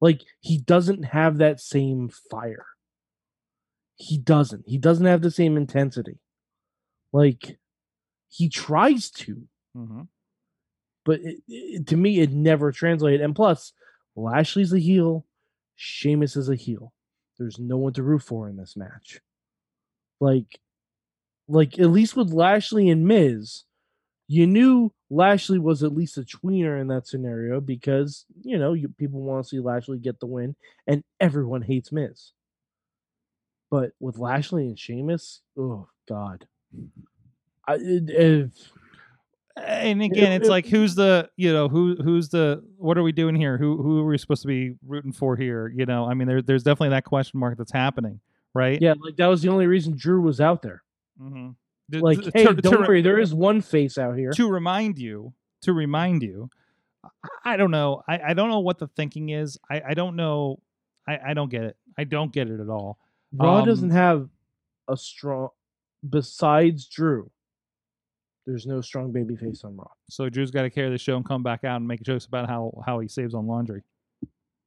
Speaker 3: Like he doesn't have that same fire. He doesn't. He doesn't have the same intensity. Like he tries to,
Speaker 2: Mm-hmm.
Speaker 3: but it, it- to me, it never translated. And plus, Lashley's a heel. Sheamus is a heel. There's no one to root for in this match. Like, like at least with Lashley and Miz, you knew Lashley was at least a tweener in that scenario because you know you, people want to see Lashley get the win, and everyone hates Miz. But with Lashley and Sheamus, oh god, I, it, it-
Speaker 2: and
Speaker 3: It-
Speaker 2: again, it's
Speaker 3: it-
Speaker 2: like who's the you know who who's the what are we doing here? Who who are we supposed to be rooting for here? You know, I mean, there, there's definitely that question mark that's happening, right?
Speaker 3: yeah, like that was the only reason Drew was out there.
Speaker 2: Mm-hmm.
Speaker 3: like, hey, don't worry, there is one face out here.
Speaker 2: to remind you to remind you. I- I don't know. I, I don't know what the thinking is. I, I don't know. I, I don't get it. I don't get it at all.
Speaker 3: Raw
Speaker 2: um,
Speaker 3: doesn't have a strong besides Drew. There's no strong baby face on Raw.
Speaker 2: So Drew's got to carry the show and come back out and make jokes about how how he saves on laundry.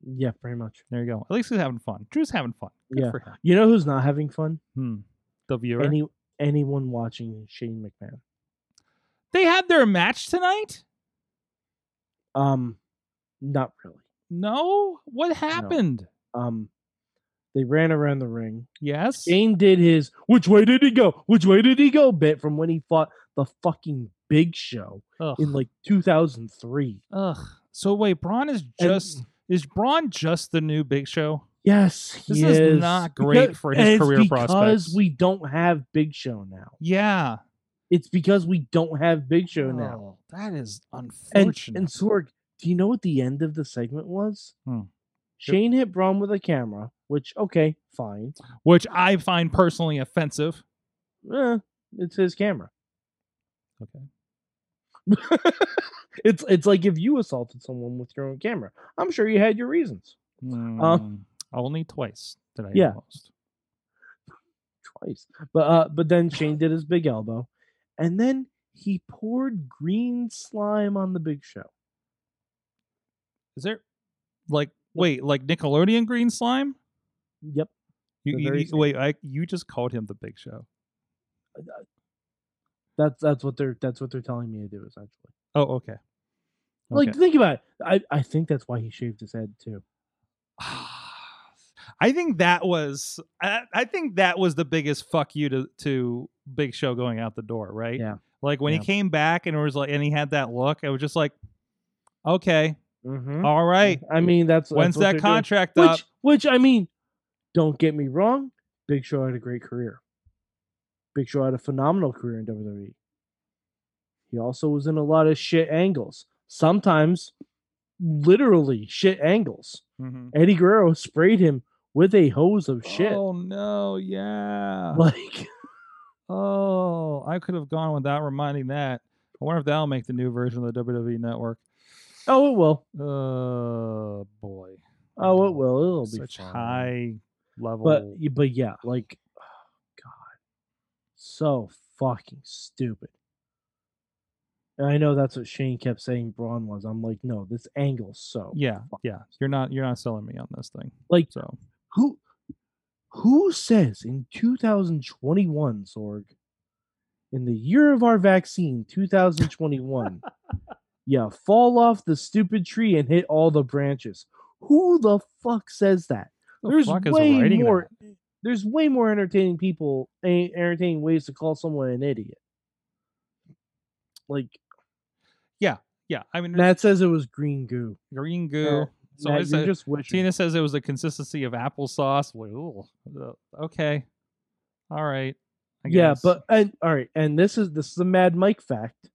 Speaker 3: Yeah, pretty much.
Speaker 2: There you go. At least he's having fun. Drew's having fun. Good
Speaker 3: Yeah.
Speaker 2: for him.
Speaker 3: You know who's not having fun?
Speaker 2: Hmm. The viewer.
Speaker 3: Any anyone watching Shane McMahon.
Speaker 2: they had their match tonight.
Speaker 3: Um, not really.
Speaker 2: No, what happened?
Speaker 3: Um, they ran around the ring.
Speaker 2: Yes.
Speaker 3: Shane did his "Which way did he go? Which way did he go?" bit from when he fought the fucking Big Show
Speaker 2: Ugh.
Speaker 3: in like 2003.
Speaker 2: Ugh. So wait, Braun is
Speaker 3: And-
Speaker 2: just is Braun just the new Big Show?
Speaker 3: Yes,
Speaker 2: This
Speaker 3: he
Speaker 2: is not great
Speaker 3: Becau-
Speaker 2: for
Speaker 3: and
Speaker 2: his
Speaker 3: it's
Speaker 2: career
Speaker 3: because
Speaker 2: prospects.
Speaker 3: we don't have Big Show now.
Speaker 2: Yeah.
Speaker 3: It's because we don't have Big Show now.
Speaker 2: Oh, that is
Speaker 3: And
Speaker 2: unfortunate.
Speaker 3: and Sorg, do you know what the end of the segment was?
Speaker 2: Hmm.
Speaker 3: Shane hit Braun with a camera, which okay, fine.
Speaker 2: Which I find personally offensive.
Speaker 3: Eh, it's his camera.
Speaker 2: Okay.
Speaker 3: (laughs) it's it's like if you assaulted someone with your own camera. I'm sure you had your reasons.
Speaker 2: Mm, only twice did I
Speaker 3: Uh. yeah.
Speaker 2: almost.
Speaker 3: Twice. But uh but then Shane did his big elbow and then he poured green slime on the big show.
Speaker 2: Is there like wait like Nickelodeon green slime?
Speaker 3: Yep.
Speaker 2: You,
Speaker 3: The
Speaker 2: you-
Speaker 3: very
Speaker 2: you-
Speaker 3: same.
Speaker 2: wait, I you just called him the Big Show.
Speaker 3: That's that's what they're that's what they're telling me to do essentially.
Speaker 2: Oh, okay.
Speaker 3: Like
Speaker 2: Okay.
Speaker 3: think about it. I, I think that's why he shaved his head too.
Speaker 2: (sighs) I think that was I, I think that was the biggest fuck you to to Big Show going out the door, right?
Speaker 3: Yeah.
Speaker 2: Like when
Speaker 3: Yeah.
Speaker 2: he came back and it was like and he had that look, it was just like, okay,
Speaker 3: Mm-hmm.
Speaker 2: all right.
Speaker 3: I mean that's that's
Speaker 2: When's
Speaker 3: what
Speaker 2: that
Speaker 3: they're doing.
Speaker 2: contract up?
Speaker 3: Which, which I mean, don't get me wrong. Big Show had a great career. Big Show had a phenomenal career in WWE. He also was in a lot of shit angles. Sometimes, literally shit angles.
Speaker 2: Mhm.
Speaker 3: Eddie Guerrero sprayed him with a hose of shit. (laughs)
Speaker 2: Oh no, yeah.
Speaker 3: Like,
Speaker 2: Oh, I could have gone without reminding that. I wonder if that'll make the new version of the WWE network.
Speaker 3: oh, it will.
Speaker 2: Oh boy.
Speaker 3: Oh, it will. It'll be
Speaker 2: Such
Speaker 3: fine.
Speaker 2: high level
Speaker 3: But but yeah, like, oh, God, so fucking stupid. And I know that's what Shane kept saying Braun was. I'm like, no, this angle so
Speaker 2: yeah
Speaker 3: fuck.
Speaker 2: yeah you're not you're not selling me on this thing
Speaker 3: Like-
Speaker 2: so
Speaker 3: who who says in 2021 Sorg, in the year of our vaccine
Speaker 2: (laughs)
Speaker 3: 2021, yeah, fall off the stupid tree and hit all the branches. Who the fuck says that?
Speaker 2: who the
Speaker 3: there's
Speaker 2: fuck is
Speaker 3: way
Speaker 2: writing
Speaker 3: more.
Speaker 2: that?
Speaker 3: There's way more entertaining people, en- entertaining ways to call someone an idiot. Like
Speaker 2: yeah i mean
Speaker 3: Matt says, it was green goo.
Speaker 2: green goo
Speaker 3: Matt-
Speaker 2: so
Speaker 3: Matt,
Speaker 2: I
Speaker 3: you're
Speaker 2: said,
Speaker 3: just wishing.
Speaker 2: tina says it was the consistency of applesauce Well, ooh, uh, okay all right I
Speaker 3: yeah,
Speaker 2: guess.
Speaker 3: but and all right, and this is this is a Mad Mike fact.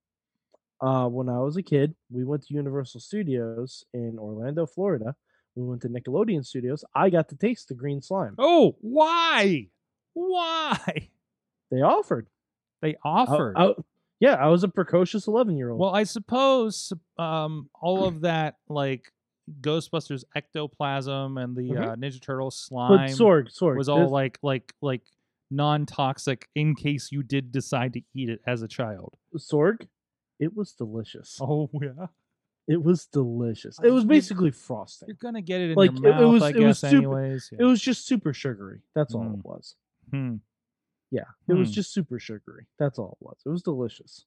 Speaker 3: Uh, when I was a kid, we went to Universal Studios in Orlando, Florida. We went to Nickelodeon Studios. I got to taste the green slime.
Speaker 2: oh why why (laughs)
Speaker 3: They offered.
Speaker 2: they
Speaker 3: I-
Speaker 2: offered
Speaker 3: I- yeah, I was a precocious eleven-year-old.
Speaker 2: Well, I suppose um, all of that, like Ghostbusters ectoplasm and the
Speaker 3: Mhm.
Speaker 2: uh, Ninja Turtle
Speaker 3: but
Speaker 2: slime,
Speaker 3: Sorg, Sorg
Speaker 2: was all
Speaker 3: this-
Speaker 2: like like like non-toxic in case you did decide to eat it as a child.
Speaker 3: (laughs) Sorg. It was delicious.
Speaker 2: Oh yeah,
Speaker 3: It was delicious.
Speaker 2: I
Speaker 3: It was
Speaker 2: mean,
Speaker 3: basically frosting.
Speaker 2: you're gonna get it in
Speaker 3: Like, it- it
Speaker 2: your mouth,
Speaker 3: was-
Speaker 2: I
Speaker 3: it
Speaker 2: guess.
Speaker 3: was super-
Speaker 2: anyways,
Speaker 3: It was just super sugary. That's all
Speaker 2: Mm.
Speaker 3: it was.
Speaker 2: Yeah. Hmm.
Speaker 3: Yeah, it was
Speaker 2: Hmm.
Speaker 3: just super sugary. That's all it was. It was delicious.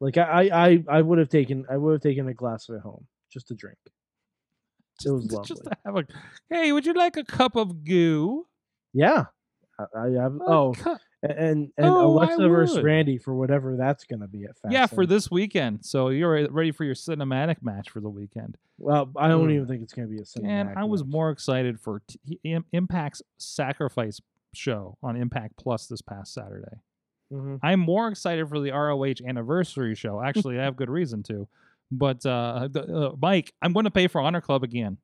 Speaker 3: Like I, I, I- I would have taken, I would have taken a glass of it home just to drink.
Speaker 2: (laughs) Just-
Speaker 3: was lovely.
Speaker 2: Just to have a hey, would you like a cup of goo?
Speaker 3: Yeah, I, I have.
Speaker 2: A
Speaker 3: oh,
Speaker 2: cu-
Speaker 3: a- and and
Speaker 2: Oh, I
Speaker 3: Alexa versus
Speaker 2: would.
Speaker 3: Randy for whatever that's gonna be at. Fastlane.
Speaker 2: yeah, for this weekend. So you're re- ready for your cinematic match for the weekend.
Speaker 3: Well, I don't
Speaker 2: Ugh.
Speaker 3: even think it's gonna be a
Speaker 2: And
Speaker 3: cinematic.
Speaker 2: Mm. I was
Speaker 3: match.
Speaker 2: more excited for t- I- Im- Impact's Sacrifice show on Impact Plus this past Saturday.
Speaker 3: Mhm.
Speaker 2: I'm more excited for the ROH
Speaker 3: (laughs)
Speaker 2: anniversary show. Actually, I have good reason to. But uh, the, uh, Mike, I'm going to pay for Honor Club again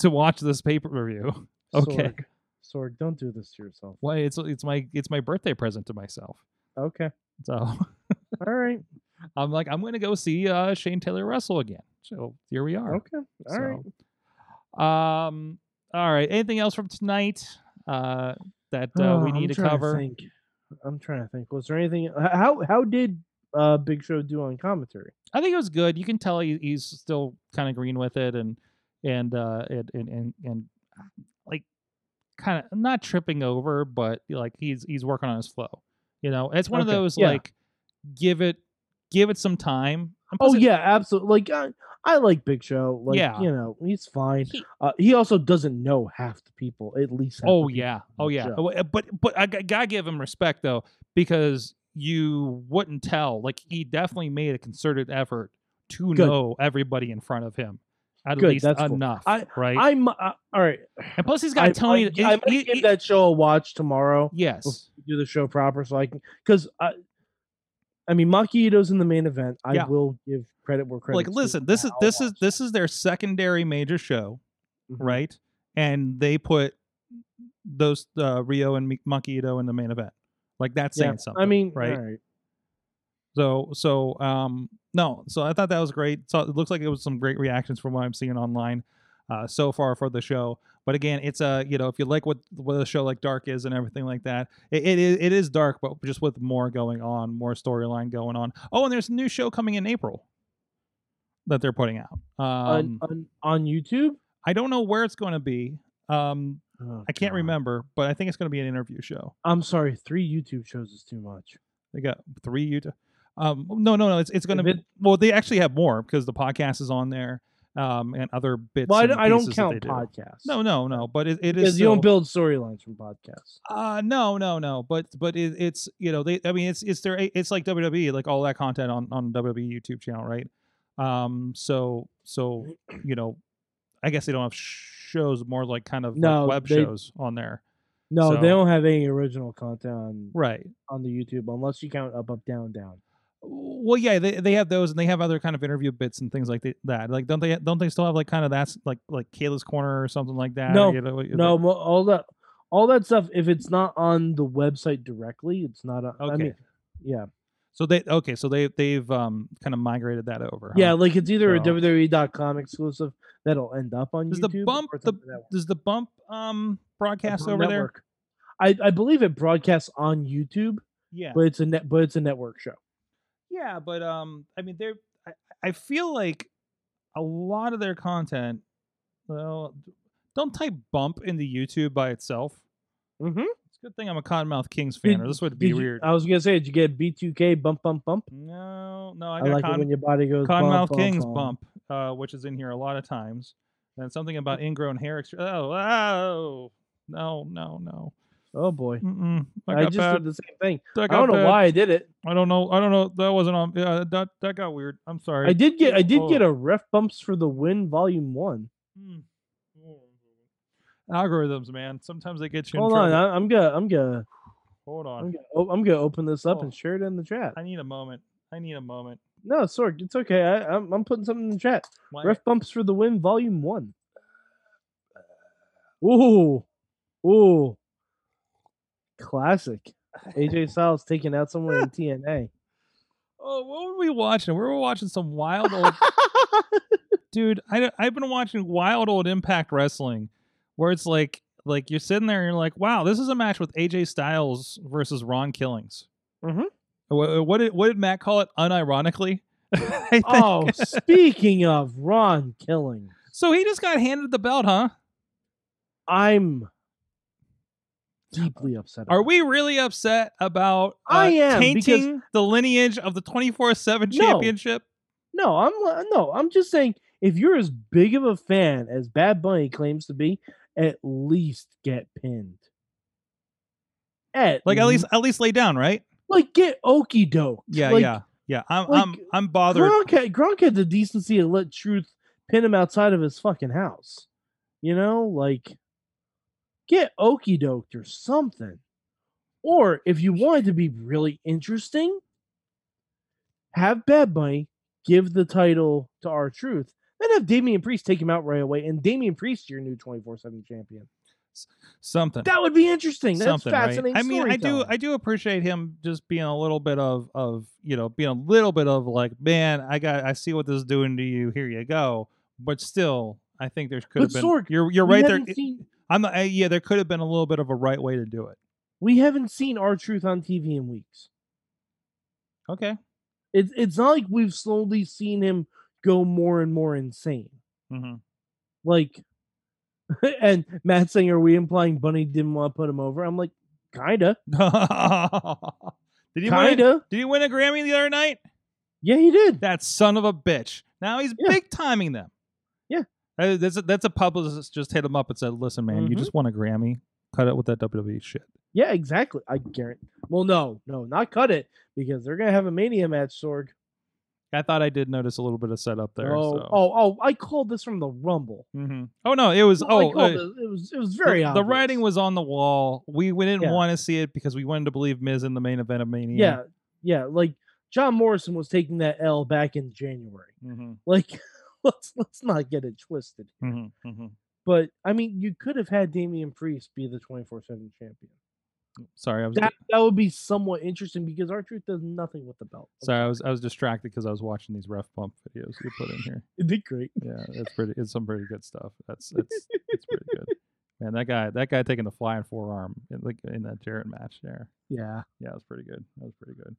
Speaker 2: to watch this pay per view. (laughs) Okay.
Speaker 3: Sorg, Sorg, don't do this to yourself.
Speaker 2: (laughs) Why it's it's my it's my birthday present to myself.
Speaker 3: Okay,
Speaker 2: So (laughs)
Speaker 3: all right,
Speaker 2: I'm like I'm going to go see uh, Shane Taylor wrestle again. So here we are.
Speaker 3: okay, all right.
Speaker 2: Um. All right. Anything else from tonight uh, that uh,
Speaker 3: Oh,
Speaker 2: we need
Speaker 3: I'm
Speaker 2: to
Speaker 3: trying
Speaker 2: cover?
Speaker 3: think. I'm trying to think. Was there anything? h- How how did uh Big Show do on commentary?
Speaker 2: I think it was good. You can tell he, he's still kind of green with it, and and uh, and and and, and like kind of not tripping over, but like he's he's working on his flow. You know, it's one
Speaker 3: Okay,
Speaker 2: of those
Speaker 3: yeah.
Speaker 2: like give it give it some time. And
Speaker 3: Oh
Speaker 2: plus it-
Speaker 3: yeah, absolutely. Like I, I like Big Show. Like
Speaker 2: Yeah.
Speaker 3: you know, he's fine.
Speaker 2: he-
Speaker 3: Uh, he also doesn't know half the people. At least. half
Speaker 2: Oh
Speaker 3: the people
Speaker 2: yeah.
Speaker 3: on
Speaker 2: Oh
Speaker 3: the
Speaker 2: yeah.
Speaker 3: show.
Speaker 2: Oh, uh, But but I g- gotta give him respect though because you wouldn't tell. Like he definitely made a concerted effort to
Speaker 3: Good.
Speaker 2: know everybody in front of him. At
Speaker 3: Good,
Speaker 2: least
Speaker 3: that's cool.
Speaker 2: enough,
Speaker 3: I-
Speaker 2: right?
Speaker 3: I'm uh, all right.
Speaker 2: and plus, he's got
Speaker 3: I,
Speaker 2: Tony.
Speaker 3: I,
Speaker 2: he-
Speaker 3: I might
Speaker 2: he-
Speaker 3: give
Speaker 2: he-
Speaker 3: that Oh, show a watch tomorrow.
Speaker 2: yes,
Speaker 3: Do the show proper so I can because I. I mean, Makito's in the main event. I
Speaker 2: Yeah.
Speaker 3: will give credit where credit.
Speaker 2: like listen, this is this is this is their secondary major show,
Speaker 3: Mm-hmm.
Speaker 2: right? And they put those uh, Rio and Mi- Monkey Ito in the main event. Like that's saying something.
Speaker 3: I mean,
Speaker 2: right?
Speaker 3: all right.
Speaker 2: So so um no, so I thought that was great. So it looks like it was some great reactions from what I'm seeing online uh, so far for the show. But again, it's a you know if you like what what a show like Dark is and everything like that, it, it is it is dark, but just with more going on, more storyline going on. Oh, and there's a new show coming in April that they're putting out. Um,
Speaker 3: on, on on YouTube.
Speaker 2: I don't know where it's going to be. Um,
Speaker 3: Oh,
Speaker 2: I can't
Speaker 3: God.
Speaker 2: remember, but I think it's going to be an interview show.
Speaker 3: I'm sorry, three YouTube shows is too much.
Speaker 2: They got three Utah. Um, no, no, no. It's it's going to
Speaker 3: If
Speaker 2: be. Well, they actually have more because the podcast is on there, um, and other bits.
Speaker 3: well, I
Speaker 2: and
Speaker 3: don't, I don't
Speaker 2: pieces that
Speaker 3: count
Speaker 2: they do.
Speaker 3: podcasts.
Speaker 2: No, no, no. But it, it is.
Speaker 3: because you don't
Speaker 2: still-
Speaker 3: build storylines from podcasts.
Speaker 2: Uh, no, no, no. But but it, it's you know they. I mean it's it's their it's like WWE like all that content on on WWE YouTube channel, right? Um. So so you know, I guess they don't have shows more like kind of like,
Speaker 3: No,
Speaker 2: web
Speaker 3: they-
Speaker 2: shows on there,
Speaker 3: No,
Speaker 2: So-
Speaker 3: they don't have any original content on,
Speaker 2: right?
Speaker 3: on the YouTube unless you count up, up, down, down.
Speaker 2: well yeah they, they have those and they have other kind of interview bits and things like th- that like don't they don't they still have like kind of that's like like kayla's corner or something like that
Speaker 3: No,
Speaker 2: you know, you
Speaker 3: No,
Speaker 2: know,
Speaker 3: mo- all that all that stuff. If it's not on the website directly, it's not. A, I
Speaker 2: Okay.
Speaker 3: mean, yeah,
Speaker 2: so they okay so they they've um kind of migrated that over huh?
Speaker 3: yeah. Like it's either a
Speaker 2: So-
Speaker 3: WWE.com exclusive that'll end up on
Speaker 2: Does the
Speaker 3: YouTube.
Speaker 2: bump-
Speaker 3: or
Speaker 2: the
Speaker 3: something that-
Speaker 2: does the bump um broadcast
Speaker 3: on
Speaker 2: over there
Speaker 3: network. I, I believe it broadcasts on YouTube,
Speaker 2: yeah
Speaker 3: but it's a net, but it's a network show.
Speaker 2: yeah but um i mean they're I, I feel like a lot of their content well don't type bump into youtube by itself
Speaker 3: Mm-hmm.
Speaker 2: it's a good thing i'm a cottonmouth kings fan or this would be weird
Speaker 3: I was gonna say, did you get B2K bump bump bump?
Speaker 2: no no i
Speaker 3: I,
Speaker 2: got
Speaker 3: like it
Speaker 2: Cotton-
Speaker 3: when your body goes. bump,
Speaker 2: Conmouth
Speaker 3: bump,
Speaker 2: King's bump, uh, which is in here a lot of times, and something about ingrown hair. Extra- oh, oh, no, no, no.
Speaker 3: Oh boy,
Speaker 2: Mm-mm. I,
Speaker 3: I
Speaker 2: got
Speaker 3: just
Speaker 2: bad.
Speaker 3: did the same thing.
Speaker 2: That
Speaker 3: I don't
Speaker 2: got
Speaker 3: know
Speaker 2: bad.
Speaker 3: why I did it.
Speaker 2: I don't know. I don't know. That wasn't on. Yeah, that that got weird. I'm sorry.
Speaker 3: I did get I did
Speaker 2: Oh.
Speaker 3: get a ref bumps for the win volume one.
Speaker 2: Mm. Algorithms, man. Sometimes they get you.
Speaker 3: Hold
Speaker 2: in
Speaker 3: on,
Speaker 2: trouble.
Speaker 3: I, I'm gonna I'm gonna
Speaker 2: Hold
Speaker 3: I'm
Speaker 2: on.
Speaker 3: gonna, oh, I'm gonna open this up
Speaker 2: Oh.
Speaker 3: and share it in the chat.
Speaker 2: I need a moment. I need a moment.
Speaker 3: No, Sorg, it's okay. I, I'm I'm putting something in the chat.
Speaker 2: Why-
Speaker 3: Ref bumps for the win volume one. Ooh, ooh, classic.
Speaker 2: (laughs)
Speaker 3: AJ Styles taking out someone in TNA.
Speaker 2: Oh, what were we watching? We were watching some
Speaker 3: (laughs)
Speaker 2: wild old dude I, don't- i've been watching wild old impact wrestling where it's like like you're sitting there and you're like wow this is a match with aj styles versus ron killings
Speaker 3: Mhm.
Speaker 2: Wha- what did, what did matt call it unironically (laughs) I think.
Speaker 3: oh, (laughs) speaking of Ron killing,
Speaker 2: so he just got handed the belt huh
Speaker 3: I'm deeply upset.
Speaker 2: are
Speaker 3: about
Speaker 2: we really upset about uh,
Speaker 3: I am, because-
Speaker 2: tainting the lineage of the 24-7
Speaker 3: No.
Speaker 2: championship
Speaker 3: No, I'm li- no, I'm just saying if you're as big of a fan as Bad Bunny claims to be, at least get pinned. At
Speaker 2: like at least at least lay down right
Speaker 3: like get okie doke.
Speaker 2: yeah yeah yeah i'm
Speaker 3: like,
Speaker 2: i'm i'm bothered
Speaker 3: Gronk had, Gronk had the decency to let Truth pin him outside of his fucking house. You know, like get okie doked or something. Or if you wanted to be really interesting, have Bad Bunny give the title to our Truth, then have Damian Priest take him out right away, and Damian Priest your new twenty four seven champion.
Speaker 2: something
Speaker 3: That would be interesting. That's
Speaker 2: something, right?
Speaker 3: fascinating.
Speaker 2: I mean, I do,
Speaker 3: storytelling.
Speaker 2: I do appreciate him just being a little bit of, of you know, being a little bit of like, man, I got, I see what this is doing to you. Here you go. But still, I think there could have
Speaker 3: But
Speaker 2: been.
Speaker 3: Sorg,
Speaker 2: you're, you're
Speaker 3: We
Speaker 2: right there.
Speaker 3: haven't seen-
Speaker 2: I'm, not, uh, yeah, there could have been a little bit of a right way to do it.
Speaker 3: we haven't seen our Truth on TV in weeks.
Speaker 2: Okay.
Speaker 3: It's it's not like we've slowly seen him go more and more insane.
Speaker 2: hmm
Speaker 3: Like, (laughs) and Matt saying, "Are we implying Bunny didn't want to put him over?" I'm like, kinda,
Speaker 2: (laughs) did he win? A,
Speaker 3: kinda.
Speaker 2: did he win a Grammy the other night?
Speaker 3: Yeah, he did.
Speaker 2: That son of a bitch. Now he's
Speaker 3: Yeah.
Speaker 2: big timing them.
Speaker 3: Yeah.
Speaker 2: Uh, That's a, that's a publicist just hit him up and said, "Listen, man, you
Speaker 3: Mhm.
Speaker 2: just won a Grammy. Cut it with that WWE shit."
Speaker 3: Yeah, exactly. I guarantee. Well, no, no, not cut it because they're gonna have a mania match, Sorg.
Speaker 2: I thought I did notice a little bit of setup there.
Speaker 3: oh,
Speaker 2: so.
Speaker 3: oh, oh! I called this from the Rumble.
Speaker 2: hmm oh no, it was
Speaker 3: No, I
Speaker 2: oh.
Speaker 3: called
Speaker 2: uh,
Speaker 3: this- it was it was
Speaker 2: the-
Speaker 3: very
Speaker 2: the,
Speaker 3: obvious.
Speaker 2: writing was on the wall. We, we didn't
Speaker 3: Yeah.
Speaker 2: want to see it because we wanted to believe Miz in the main event of Mania.
Speaker 3: yeah, yeah. Like John Morrison was taking that L back in January.
Speaker 2: hmm
Speaker 3: Like, (laughs) let's let's not get it twisted.
Speaker 2: hmm hmm
Speaker 3: But I mean, you could have had Damian Priest be the 24 7 champion.
Speaker 2: Sorry, I was
Speaker 3: That that would be somewhat interesting because our truth does nothing with the belt. I'm
Speaker 2: sorry, I was I was distracted because I was watching these ref pump videos you put in
Speaker 3: (laughs)
Speaker 2: here.
Speaker 3: It did great.
Speaker 2: Yeah, that's pretty. It's some pretty good stuff. That's it's it's pretty good. Man, that guy that guy taking the flying forearm in, like in that Jarrett match there.
Speaker 3: Yeah,
Speaker 2: Yeah, that was pretty good. That was pretty good.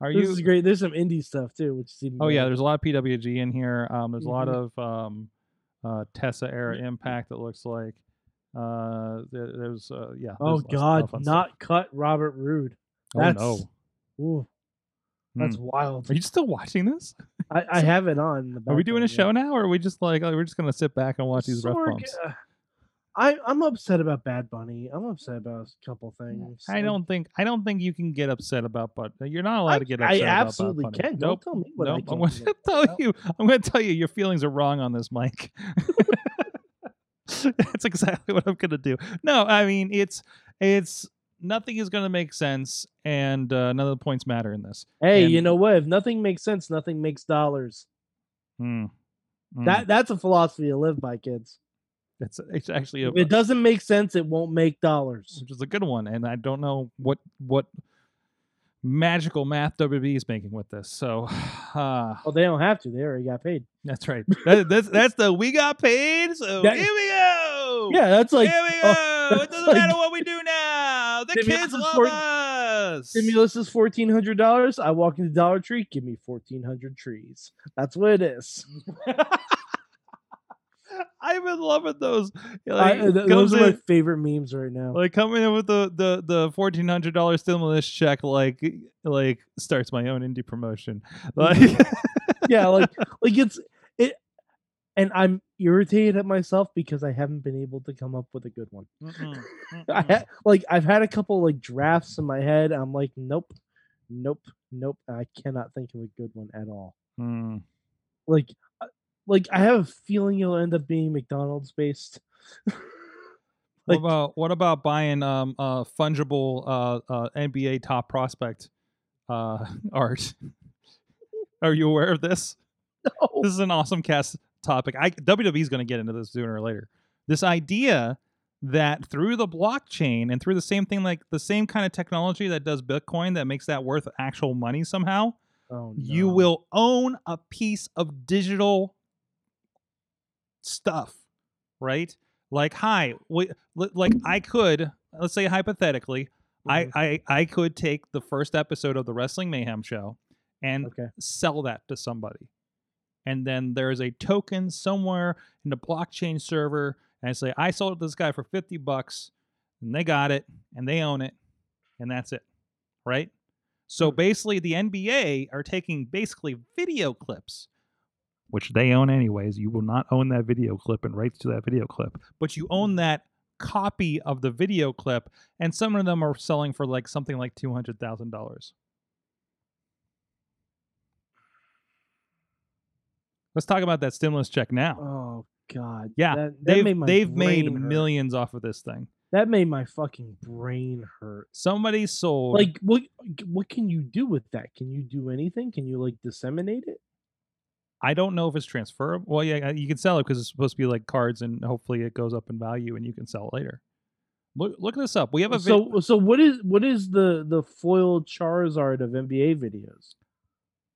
Speaker 2: Are
Speaker 3: this
Speaker 2: you?
Speaker 3: is great. There's some indie stuff too, which is even
Speaker 2: Oh yeah,
Speaker 3: better.
Speaker 2: there's a lot of PWG in here. Um, there's a lot
Speaker 3: Mhm.
Speaker 2: of um, uh, Tessa era Impact. It looks like. Uh, there, there's uh, yeah.
Speaker 3: Oh
Speaker 2: there's lots of
Speaker 3: God,
Speaker 2: stuff on stuff.
Speaker 3: not cut Robert Roode. that's-
Speaker 2: Oh no.
Speaker 3: Ooh, that's
Speaker 2: Hmm.
Speaker 3: wild.
Speaker 2: Are you still watching this?
Speaker 3: I, I
Speaker 2: so-
Speaker 3: have it on. in the
Speaker 2: Are we doing a
Speaker 3: background, yeah.
Speaker 2: show now, or are we just like oh, we're just gonna sit back and watch these ref
Speaker 3: Sorg,
Speaker 2: bumps?
Speaker 3: uh, I I'm upset about Bad Bunny. I'm upset about a couple things.
Speaker 2: I
Speaker 3: Like,
Speaker 2: don't think I don't think you can get upset about but you're not allowed
Speaker 3: I-
Speaker 2: to get
Speaker 3: I
Speaker 2: upset. about Bud
Speaker 3: absolutely
Speaker 2: Bunny.
Speaker 3: can. Don't
Speaker 2: Nope.
Speaker 3: tell me what I
Speaker 2: nope.
Speaker 3: can
Speaker 2: am going
Speaker 3: and
Speaker 2: to
Speaker 3: what I
Speaker 2: (laughs) tell
Speaker 3: don't.
Speaker 2: you. I'm going to tell you. Your feelings are wrong on this, Mike. (laughs) That's exactly what I'm going to do. No, I mean it's it's nothing is going to make sense, and uh, none of the points matter in this.
Speaker 3: Hey, you
Speaker 2: and-
Speaker 3: know what? If nothing makes sense, nothing makes dollars.
Speaker 2: Hmm. Hmm.
Speaker 3: That that's a philosophy to live by, kids.
Speaker 2: it's it's actually a,
Speaker 3: If it doesn't make sense, it won't make dollars.
Speaker 2: which is a good one. And I don't know what what magical math WB is making with this. So (sighs) uh,
Speaker 3: Well, they don't have to. They already got paid.
Speaker 2: that's right. That, that's that's the we got paid. So
Speaker 3: That-
Speaker 2: here we go.
Speaker 3: Yeah, that's like
Speaker 2: here we
Speaker 3: uh,
Speaker 2: go. it
Speaker 3: that's
Speaker 2: doesn't
Speaker 3: like-
Speaker 2: matter what we do now. The
Speaker 3: Stimulus
Speaker 2: kids
Speaker 3: is
Speaker 2: love
Speaker 3: for-
Speaker 2: us.
Speaker 3: stimulus is fourteen hundred dollars. I walk into Dollar Tree, give me fourteen hundred trees. That's what it is.
Speaker 2: I've been loving those.
Speaker 3: I-
Speaker 2: Like,
Speaker 3: uh, th-
Speaker 2: comes
Speaker 3: those are my
Speaker 2: in-
Speaker 3: favorite memes right now.
Speaker 2: like coming in with the the the fourteen hundred dollar stimulus check, like like starts my own indie promotion.
Speaker 3: Mm-hmm. (laughs)
Speaker 2: Like (laughs)
Speaker 3: yeah, like like it's it, and I'm irritated at myself because I haven't been able to come up with a good one.
Speaker 2: Mm-mm,
Speaker 3: I
Speaker 2: mm-mm.
Speaker 3: ha- like I've had a couple like drafts in my head. I'm like, nope, nope, nope. and I cannot think of a good one at all.
Speaker 2: Mm.
Speaker 3: Like, uh, like I have a feeling it'll end up being McDonald's (laughs) based. Like-
Speaker 2: what about what about buying um uh fungible uh, uh NBA top prospect uh (laughs) art? Are you aware of this?
Speaker 3: No.
Speaker 2: (laughs) This is an awesome cast topic. I WWE is going to get into this sooner or later. This idea that through the blockchain and through the same thing like the same kind of technology that does Bitcoin that makes that worth actual money somehow,
Speaker 3: Oh,
Speaker 2: you
Speaker 3: no.
Speaker 2: will own a piece of digital stuff, right? Like, hi, we, li- like I could, let's say hypothetically,
Speaker 3: Mhm.
Speaker 2: I, I I could take the first episode of the Wrestling Mayhem show and
Speaker 3: Okay.
Speaker 2: sell that to somebody, and then there is a token somewhere in the blockchain server, and I say I sold it to this guy for fifty bucks, and they got it, and they own it, and that's it, right? So
Speaker 3: Hmm.
Speaker 2: basically, the NBA are taking basically video clips, which they own anyways. You will not own that video clip and rights to that video clip, but you own that copy of the video clip, and some of them are selling for like something like two hundred thousand dollars. Let's talk about that stimulus check now.
Speaker 3: Oh God.
Speaker 2: Yeah,
Speaker 3: That, that
Speaker 2: they've
Speaker 3: made my
Speaker 2: they've made
Speaker 3: brain hurt.
Speaker 2: millions off of this thing.
Speaker 3: That made my fucking brain hurt.
Speaker 2: Somebody sold
Speaker 3: Like what? What can you do with that? Can you do anything? Can you like disseminate it?
Speaker 2: I don't know if it's transferable. Well, yeah, you can sell it because it's supposed to be like cards, and hopefully it goes up in value, and you can sell it later. Look, look this up. We have a video.
Speaker 3: so so what is what is the the foil Charizard of NBA videos?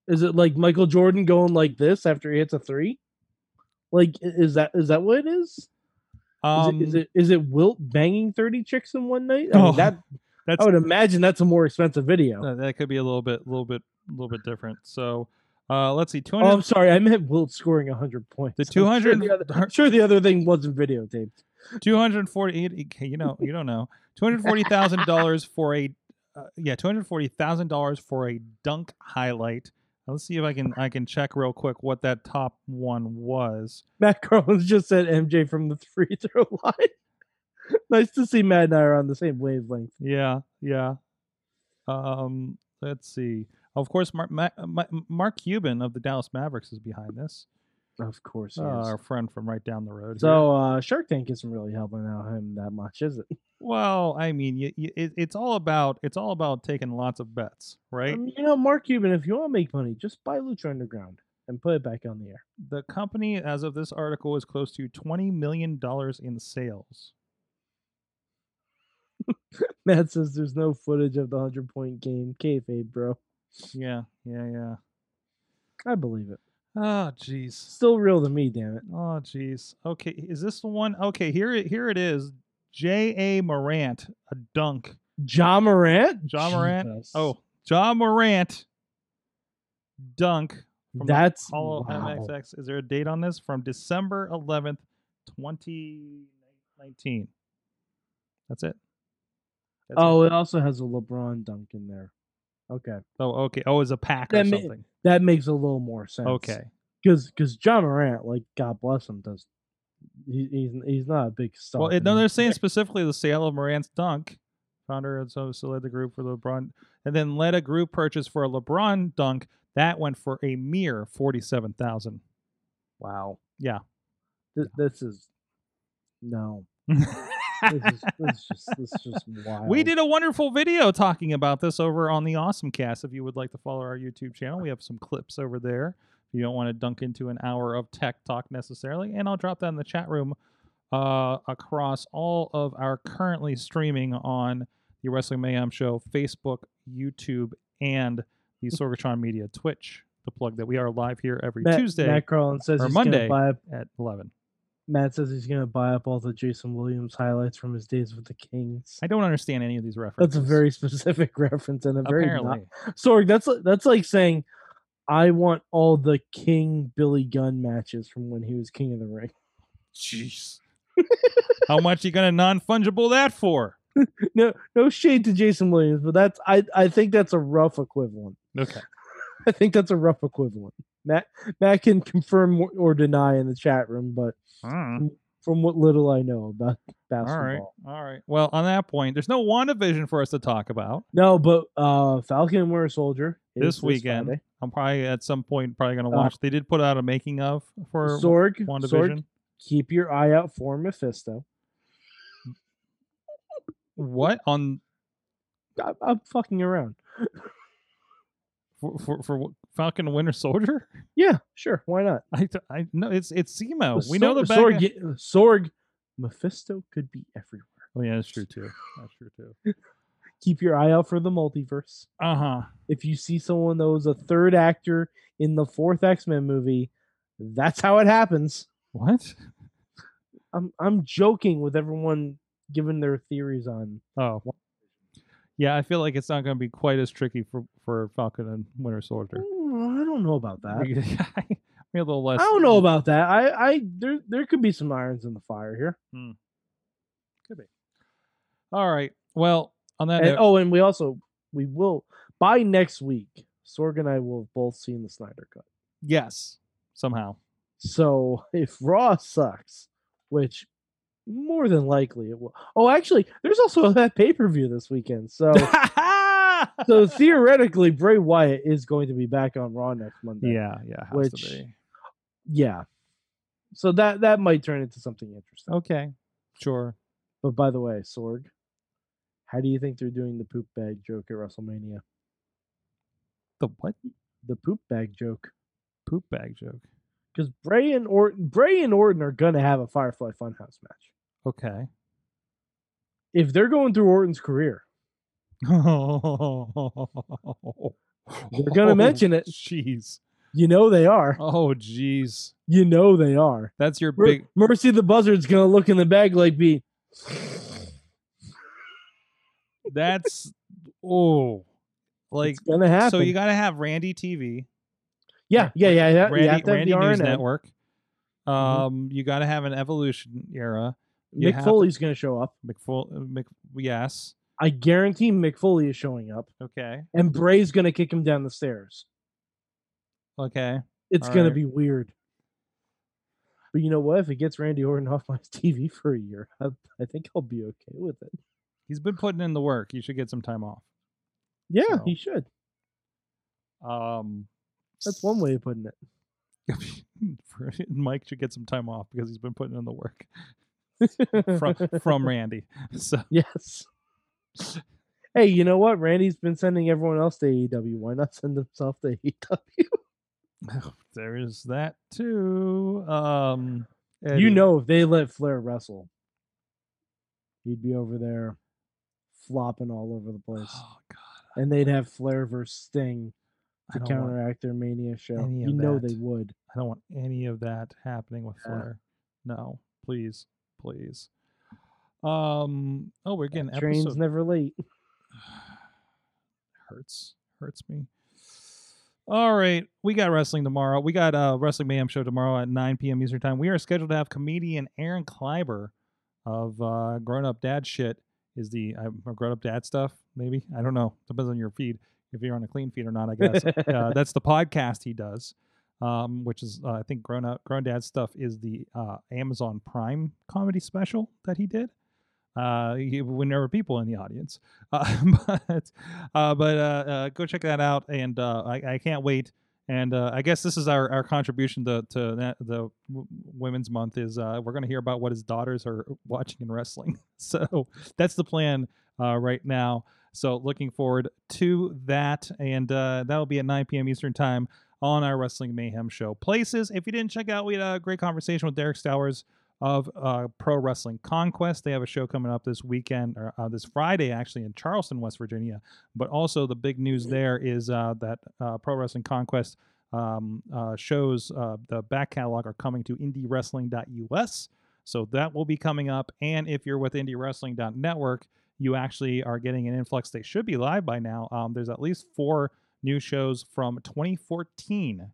Speaker 3: Is it like Michael Jordan going like this after he hits a three? Like i- is that is that what it is? Is
Speaker 2: um,
Speaker 3: it, is it is it Wilt banging thirty chicks in one night? I
Speaker 2: Oh,
Speaker 3: mean, that I
Speaker 2: (laughs) that's-
Speaker 3: would imagine that's a more expensive video.
Speaker 2: uh, that could be a little bit, little bit, little bit different. So, uh, let's see. Two
Speaker 3: oh,
Speaker 2: hundred.
Speaker 3: I'm sorry, I meant Wilt scoring hundred points.
Speaker 2: The
Speaker 3: I'm sure
Speaker 2: 200
Speaker 3: the other- I'm sure the other thing wasn't videotaped.
Speaker 2: 248 okay, you know you don't know
Speaker 3: (laughs)
Speaker 2: $240000 for a uh, yeah $240000 for a dunk highlight let's see if i can i can check real quick what that top one was
Speaker 3: Matt Carlins (laughs) just said MJ from the free throw (laughs) line. nice to see Matt and I are on the same wavelength.
Speaker 2: yeah yeah um let's see of course mark Ma- Ma- mark cuban of the dallas mavericks is behind this
Speaker 3: Of course,
Speaker 2: uh,
Speaker 3: he is.
Speaker 2: our friend from right down the road here.
Speaker 3: So uh, Shark Tank isn't really helping out him that much, is it?
Speaker 2: well i mean you, you, it, it's all about it's all about taking lots of bets right
Speaker 3: Um, you know, Mark Cuban, if you want to make money, just buy Lucha Underground and put it back on the air. (laughs)
Speaker 2: the company as of this article is close to 20 million dollars in sales
Speaker 3: Matt says there's no footage of the hundred point game. Kayfabe, bro.
Speaker 2: Yeah, yeah, yeah.
Speaker 3: I believe it.
Speaker 2: Oh, jeez.
Speaker 3: Still real to me, damn it.
Speaker 2: Oh, jeez. Okay, is this the one? Okay, here it here it is. J. A. Morant, a dunk.
Speaker 3: John Morant.
Speaker 2: Ja Morant?
Speaker 3: Jesus.
Speaker 2: Oh, John Morant, dunk. from the
Speaker 3: that's
Speaker 2: Hollow
Speaker 3: wow.
Speaker 2: MXX. Is there a date on this? From December 11th, 2019. That's it. That's it.
Speaker 3: Oh, it also has a LeBron dunk in there. Okay,
Speaker 2: Oh, okay. Oh, it's a pack or
Speaker 3: That ma-
Speaker 2: something.
Speaker 3: that makes a little more sense.
Speaker 2: Okay.
Speaker 3: because because John Morant, like God bless him, does he, he's he's not a big star.
Speaker 2: Well, it,
Speaker 3: but
Speaker 2: no,
Speaker 3: he-
Speaker 2: they're saying specifically the sale of Morant's dunk. Founder and so so led the group for LeBron, and then led a group purchase for a LeBron dunk that went for a mere forty-seven thousand.
Speaker 3: wow.
Speaker 2: Yeah. (laughs)
Speaker 3: Th- this is no. This is, this is just this is just wild.
Speaker 2: (laughs) We did a wonderful video talking about this over on the Awesome Cast. If you would like to follow our YouTube channel, we have some clips over there. If you don't want to dunk into an hour of tech talk necessarily, and I'll drop that in the chat room uh, across all of our currently streaming on the Wrestling Mayhem Show, Facebook, YouTube, and
Speaker 3: (laughs)
Speaker 2: the Sorgatron Media Twitch. The plug that we are live here every
Speaker 3: Matt,
Speaker 2: Tuesday
Speaker 3: Matt Carlin says
Speaker 2: or
Speaker 3: he's gonna
Speaker 2: Monday.
Speaker 3: Buy up,
Speaker 2: at 11.
Speaker 3: Matt says he's gonna buy up all the Jason Williams highlights from his days with the Kings.
Speaker 2: I don't understand any of these references.
Speaker 3: That's a very specific (laughs) reference and a very not-
Speaker 2: apparently.
Speaker 3: Sorg, that's li- that's like saying I want all the King Billy Gunn matches from when he was King of the Ring. (laughs)
Speaker 2: Jeez. How much you gonna non fungible that for?
Speaker 3: No, no shade to Jason Williams, but that's I I think that's a rough equivalent. (laughs)
Speaker 2: Okay.
Speaker 3: I think that's a rough equivalent. Matt Matt can confirm or- or deny in the chat room, but
Speaker 2: Mm.
Speaker 3: from what little I know about
Speaker 2: All
Speaker 3: basketball,
Speaker 2: right. All right. Well, on that point, there's no WandaVision for us to talk about.
Speaker 3: no. But uh, Falcon and Winter Soldier is
Speaker 2: This weekend,
Speaker 3: Friday.
Speaker 2: I'm probably at some point probably gonna
Speaker 3: Uh,
Speaker 2: watch. they did put out a making of for
Speaker 3: Sorg, Sorg,
Speaker 2: WandaVision.
Speaker 3: keep your eye out for Mephisto.
Speaker 2: What on
Speaker 3: I, I'm fucking around.
Speaker 2: for, for for what- Falcon and Winter Soldier? (laughs)
Speaker 3: Yeah, sure. Why not?
Speaker 2: I th- I no, it's it's Zemo.
Speaker 3: But
Speaker 2: we
Speaker 3: Sor-
Speaker 2: know the bad
Speaker 3: Sorg,
Speaker 2: guy-
Speaker 3: y- Sorg, Mephisto could be everywhere.
Speaker 2: Oh yeah, that's true too. That's true too.
Speaker 3: Keep your eye out for the multiverse.
Speaker 2: Uh huh.
Speaker 3: If you see someone that was a third actor in the fourth X Men movie, that's how it happens.
Speaker 2: What?
Speaker 3: I'm I'm joking with everyone giving their theories on.
Speaker 2: Oh. Yeah, I feel like it's not going to be quite as tricky for, for Falcon and Winter Soldier.
Speaker 3: Mm, I don't know about that.
Speaker 2: Maybe (laughs) a little
Speaker 3: I
Speaker 2: less.
Speaker 3: don't know about that. I I there there could be some irons in the fire here.
Speaker 2: All right. Well, on that
Speaker 3: And,
Speaker 2: note,
Speaker 3: oh, and we also we will by next week. Sorg and I will have both seen the Snyder Cut.
Speaker 2: yes, somehow.
Speaker 3: So (laughs) if Raw sucks, which more than likely it will. Oh, actually, there's also (laughs) that pay per view this weekend. (laughs)
Speaker 2: (laughs)
Speaker 3: So so
Speaker 2: yeah,
Speaker 3: theoretically, Bray Wyatt is going to be back on Raw next Monday.
Speaker 2: (laughs) yeah, it has
Speaker 3: Which-
Speaker 2: to be.
Speaker 3: Yeah. So that that might turn into something interesting.
Speaker 2: Okay, sure.
Speaker 3: But by the way, Sorg, how do you think they're doing the poop bag joke at WrestleMania?
Speaker 2: The what
Speaker 3: The poop bag joke.
Speaker 2: poop bag joke?
Speaker 3: Because Bray and Orton, Bray and Orton are gonna have a Firefly Funhouse match
Speaker 2: Okay. (laughs)
Speaker 3: if they're going through Orton's career.
Speaker 2: They're
Speaker 3: gonna mention it.
Speaker 2: Oh, Jeez.
Speaker 3: You know they are.
Speaker 2: Oh, jeez.
Speaker 3: You know they are.
Speaker 2: That's your
Speaker 3: Mer-
Speaker 2: big.
Speaker 3: Mercy the Buzzard's gonna look in the bag like be
Speaker 2: That's oh, like
Speaker 3: it's gonna happen.
Speaker 2: so. You got to have Randy TV.
Speaker 3: yeah, yeah, yeah, yeah. you have
Speaker 2: Randy,
Speaker 3: to have
Speaker 2: Randy
Speaker 3: the Mm-hmm.
Speaker 2: News
Speaker 3: RNN.
Speaker 2: Network. Um, you got to have an Evolution era. You
Speaker 3: Mick
Speaker 2: have to-
Speaker 3: Foley's gonna show up.
Speaker 2: McFull, uh, Mc, yes.
Speaker 3: I guarantee Mick Foley is showing up,
Speaker 2: Okay.
Speaker 3: and Bray's gonna kick him down the stairs.
Speaker 2: Okay.
Speaker 3: It's
Speaker 2: All
Speaker 3: gonna
Speaker 2: right.
Speaker 3: be weird. But you know what? If it gets Randy Orton (laughs) off my TV for a year, I, I think I'll be okay with it.
Speaker 2: He's been putting in the work. You should get some time off.
Speaker 3: Yeah,
Speaker 2: So-
Speaker 3: he should.
Speaker 2: Um,
Speaker 3: That's one
Speaker 2: (laughs)
Speaker 3: way of putting it.
Speaker 2: for- Mike should get some time off because he's been putting in
Speaker 3: (laughs)
Speaker 2: the work (laughs) from from Randy. (laughs) So
Speaker 3: yes. Hey, you know what? Randy's been sending everyone else to AEW. Why not send himself to E AEW?
Speaker 2: there is that too. Um,
Speaker 3: You
Speaker 2: Eddie,
Speaker 3: know, if they let Flair wrestle, he'd be over there flopping all over the
Speaker 2: (sighs)
Speaker 3: place,
Speaker 2: Oh God,
Speaker 3: and they'd have Flair versus Sting
Speaker 2: I
Speaker 3: to
Speaker 2: don't want
Speaker 3: counteract their Mania show.
Speaker 2: any of
Speaker 3: You know
Speaker 2: that.
Speaker 3: they would.
Speaker 2: I don't want any of that happening with
Speaker 3: Yeah.
Speaker 2: Flair. No, please, please. Um. Oh, we're getting
Speaker 3: Trains
Speaker 2: episode
Speaker 3: never late.
Speaker 2: hurts hurts me. All right, we got wrestling tomorrow. We got a wrestling mayhem show tomorrow at 9 p.m. Eastern time. We are scheduled to have comedian Aaron Kleiber of uh, Grown Up Dad shit. Is the uh, or Grown Up Dad stuff? Maybe I don't know. Depends on your feed. If you're on a clean feed or not,
Speaker 3: (laughs)
Speaker 2: I guess. uh, that's the podcast he does, um, which is uh, I think grown up grown dad stuff is the uh, Amazon Prime comedy special that he did. Uh, he- when there were people in the audience, uh, (laughs) but uh, but uh, uh, go check that out, and uh, I, I can't wait. And uh, I guess this is our, our contribution to to that, the w- Women's Month is uh, we're going to hear about what his daughters are watching in wrestling. (laughs) So that's the plan uh, right now. So looking forward to that, and uh, that'll be at 9 p.m. Eastern time on our Wrestling Mayhem show. Places, if you didn't check out, we had a great conversation with Derek Stowers of uh, Pro Wrestling Conquest. They have a show coming up this weekend, or uh, this Friday actually, in Charleston, West Virginia. But also the big news there is uh, that uh, Pro Wrestling Conquest um, uh, shows uh, the back catalog are coming to indiewrestling.us. So that will be coming up, and if you're with indiewrestling.network you actually are getting an influx. They should be live by now. Um, there's at least four new shows from 2014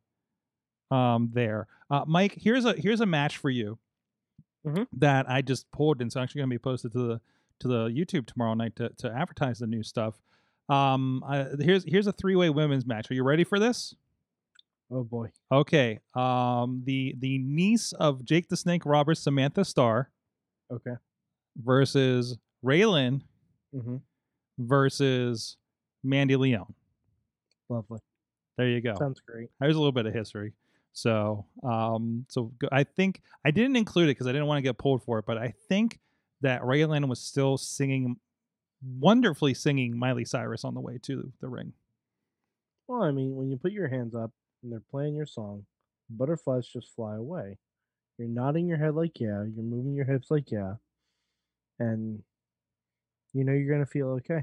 Speaker 2: um, there. Uh, Mike, here's a here's a match for you
Speaker 3: Mhm.
Speaker 2: that I just pulled, and it's actually going to be posted to the to the YouTube tomorrow night to to advertise the new stuff. Um, I, here's here's a three way women's match. Are you ready for this?
Speaker 3: Oh boy.
Speaker 2: Okay. Um, the the niece of Jake the Snake Roberts, Samantha Starr,
Speaker 3: Okay.
Speaker 2: versus Raylan
Speaker 3: Mm-hmm.
Speaker 2: versus Mandy Leon.
Speaker 3: Lovely.
Speaker 2: There you go.
Speaker 3: Sounds great.
Speaker 2: There's a little bit of history. So, um, so go- I think I didn't include it because I didn't want to get pulled for it, but I think that Raylan was still singing, wonderfully singing Miley Cyrus on the way to the ring.
Speaker 3: Well, I mean, when you put your hands up and they're playing your song, butterflies just fly away. You're nodding your head like yeah, you're moving your hips like yeah, and you know you're gonna feel okay.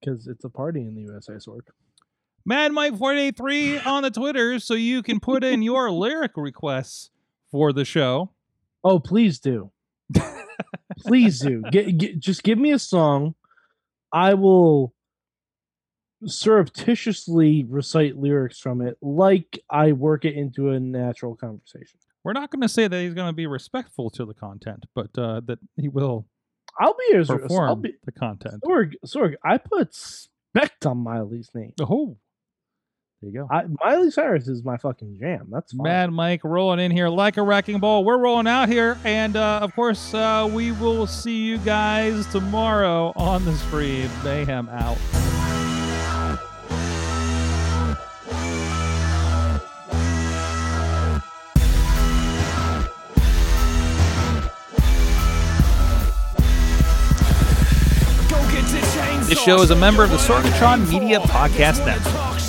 Speaker 3: Because it's a party in the USA Sword.
Speaker 2: Mad Mike 483 on the Twitter, so you can put
Speaker 3: (laughs)
Speaker 2: in your lyric requests for the show.
Speaker 3: Oh, please do. please do. Get, get, just give me a song. I will surreptitiously recite lyrics from it like I work it into a natural conversation.
Speaker 2: We're not going to say that he's going to be respectful to the content, but uh, that he will
Speaker 3: I'll be as
Speaker 2: perform
Speaker 3: I'll be Oh.
Speaker 2: the content.
Speaker 3: Sorg, Sorg, I put spect on Miley's name.
Speaker 2: Oh, there you go.
Speaker 3: I, Miley Cyrus is my fucking jam. That's fine.
Speaker 2: Mad Mike rolling in here like a wrecking ball. We're rolling out here, and uh, of course, uh, we will see you guys tomorrow on the stream. Mayhem out. This show is a member of the Sorgatron Media Podcast Network.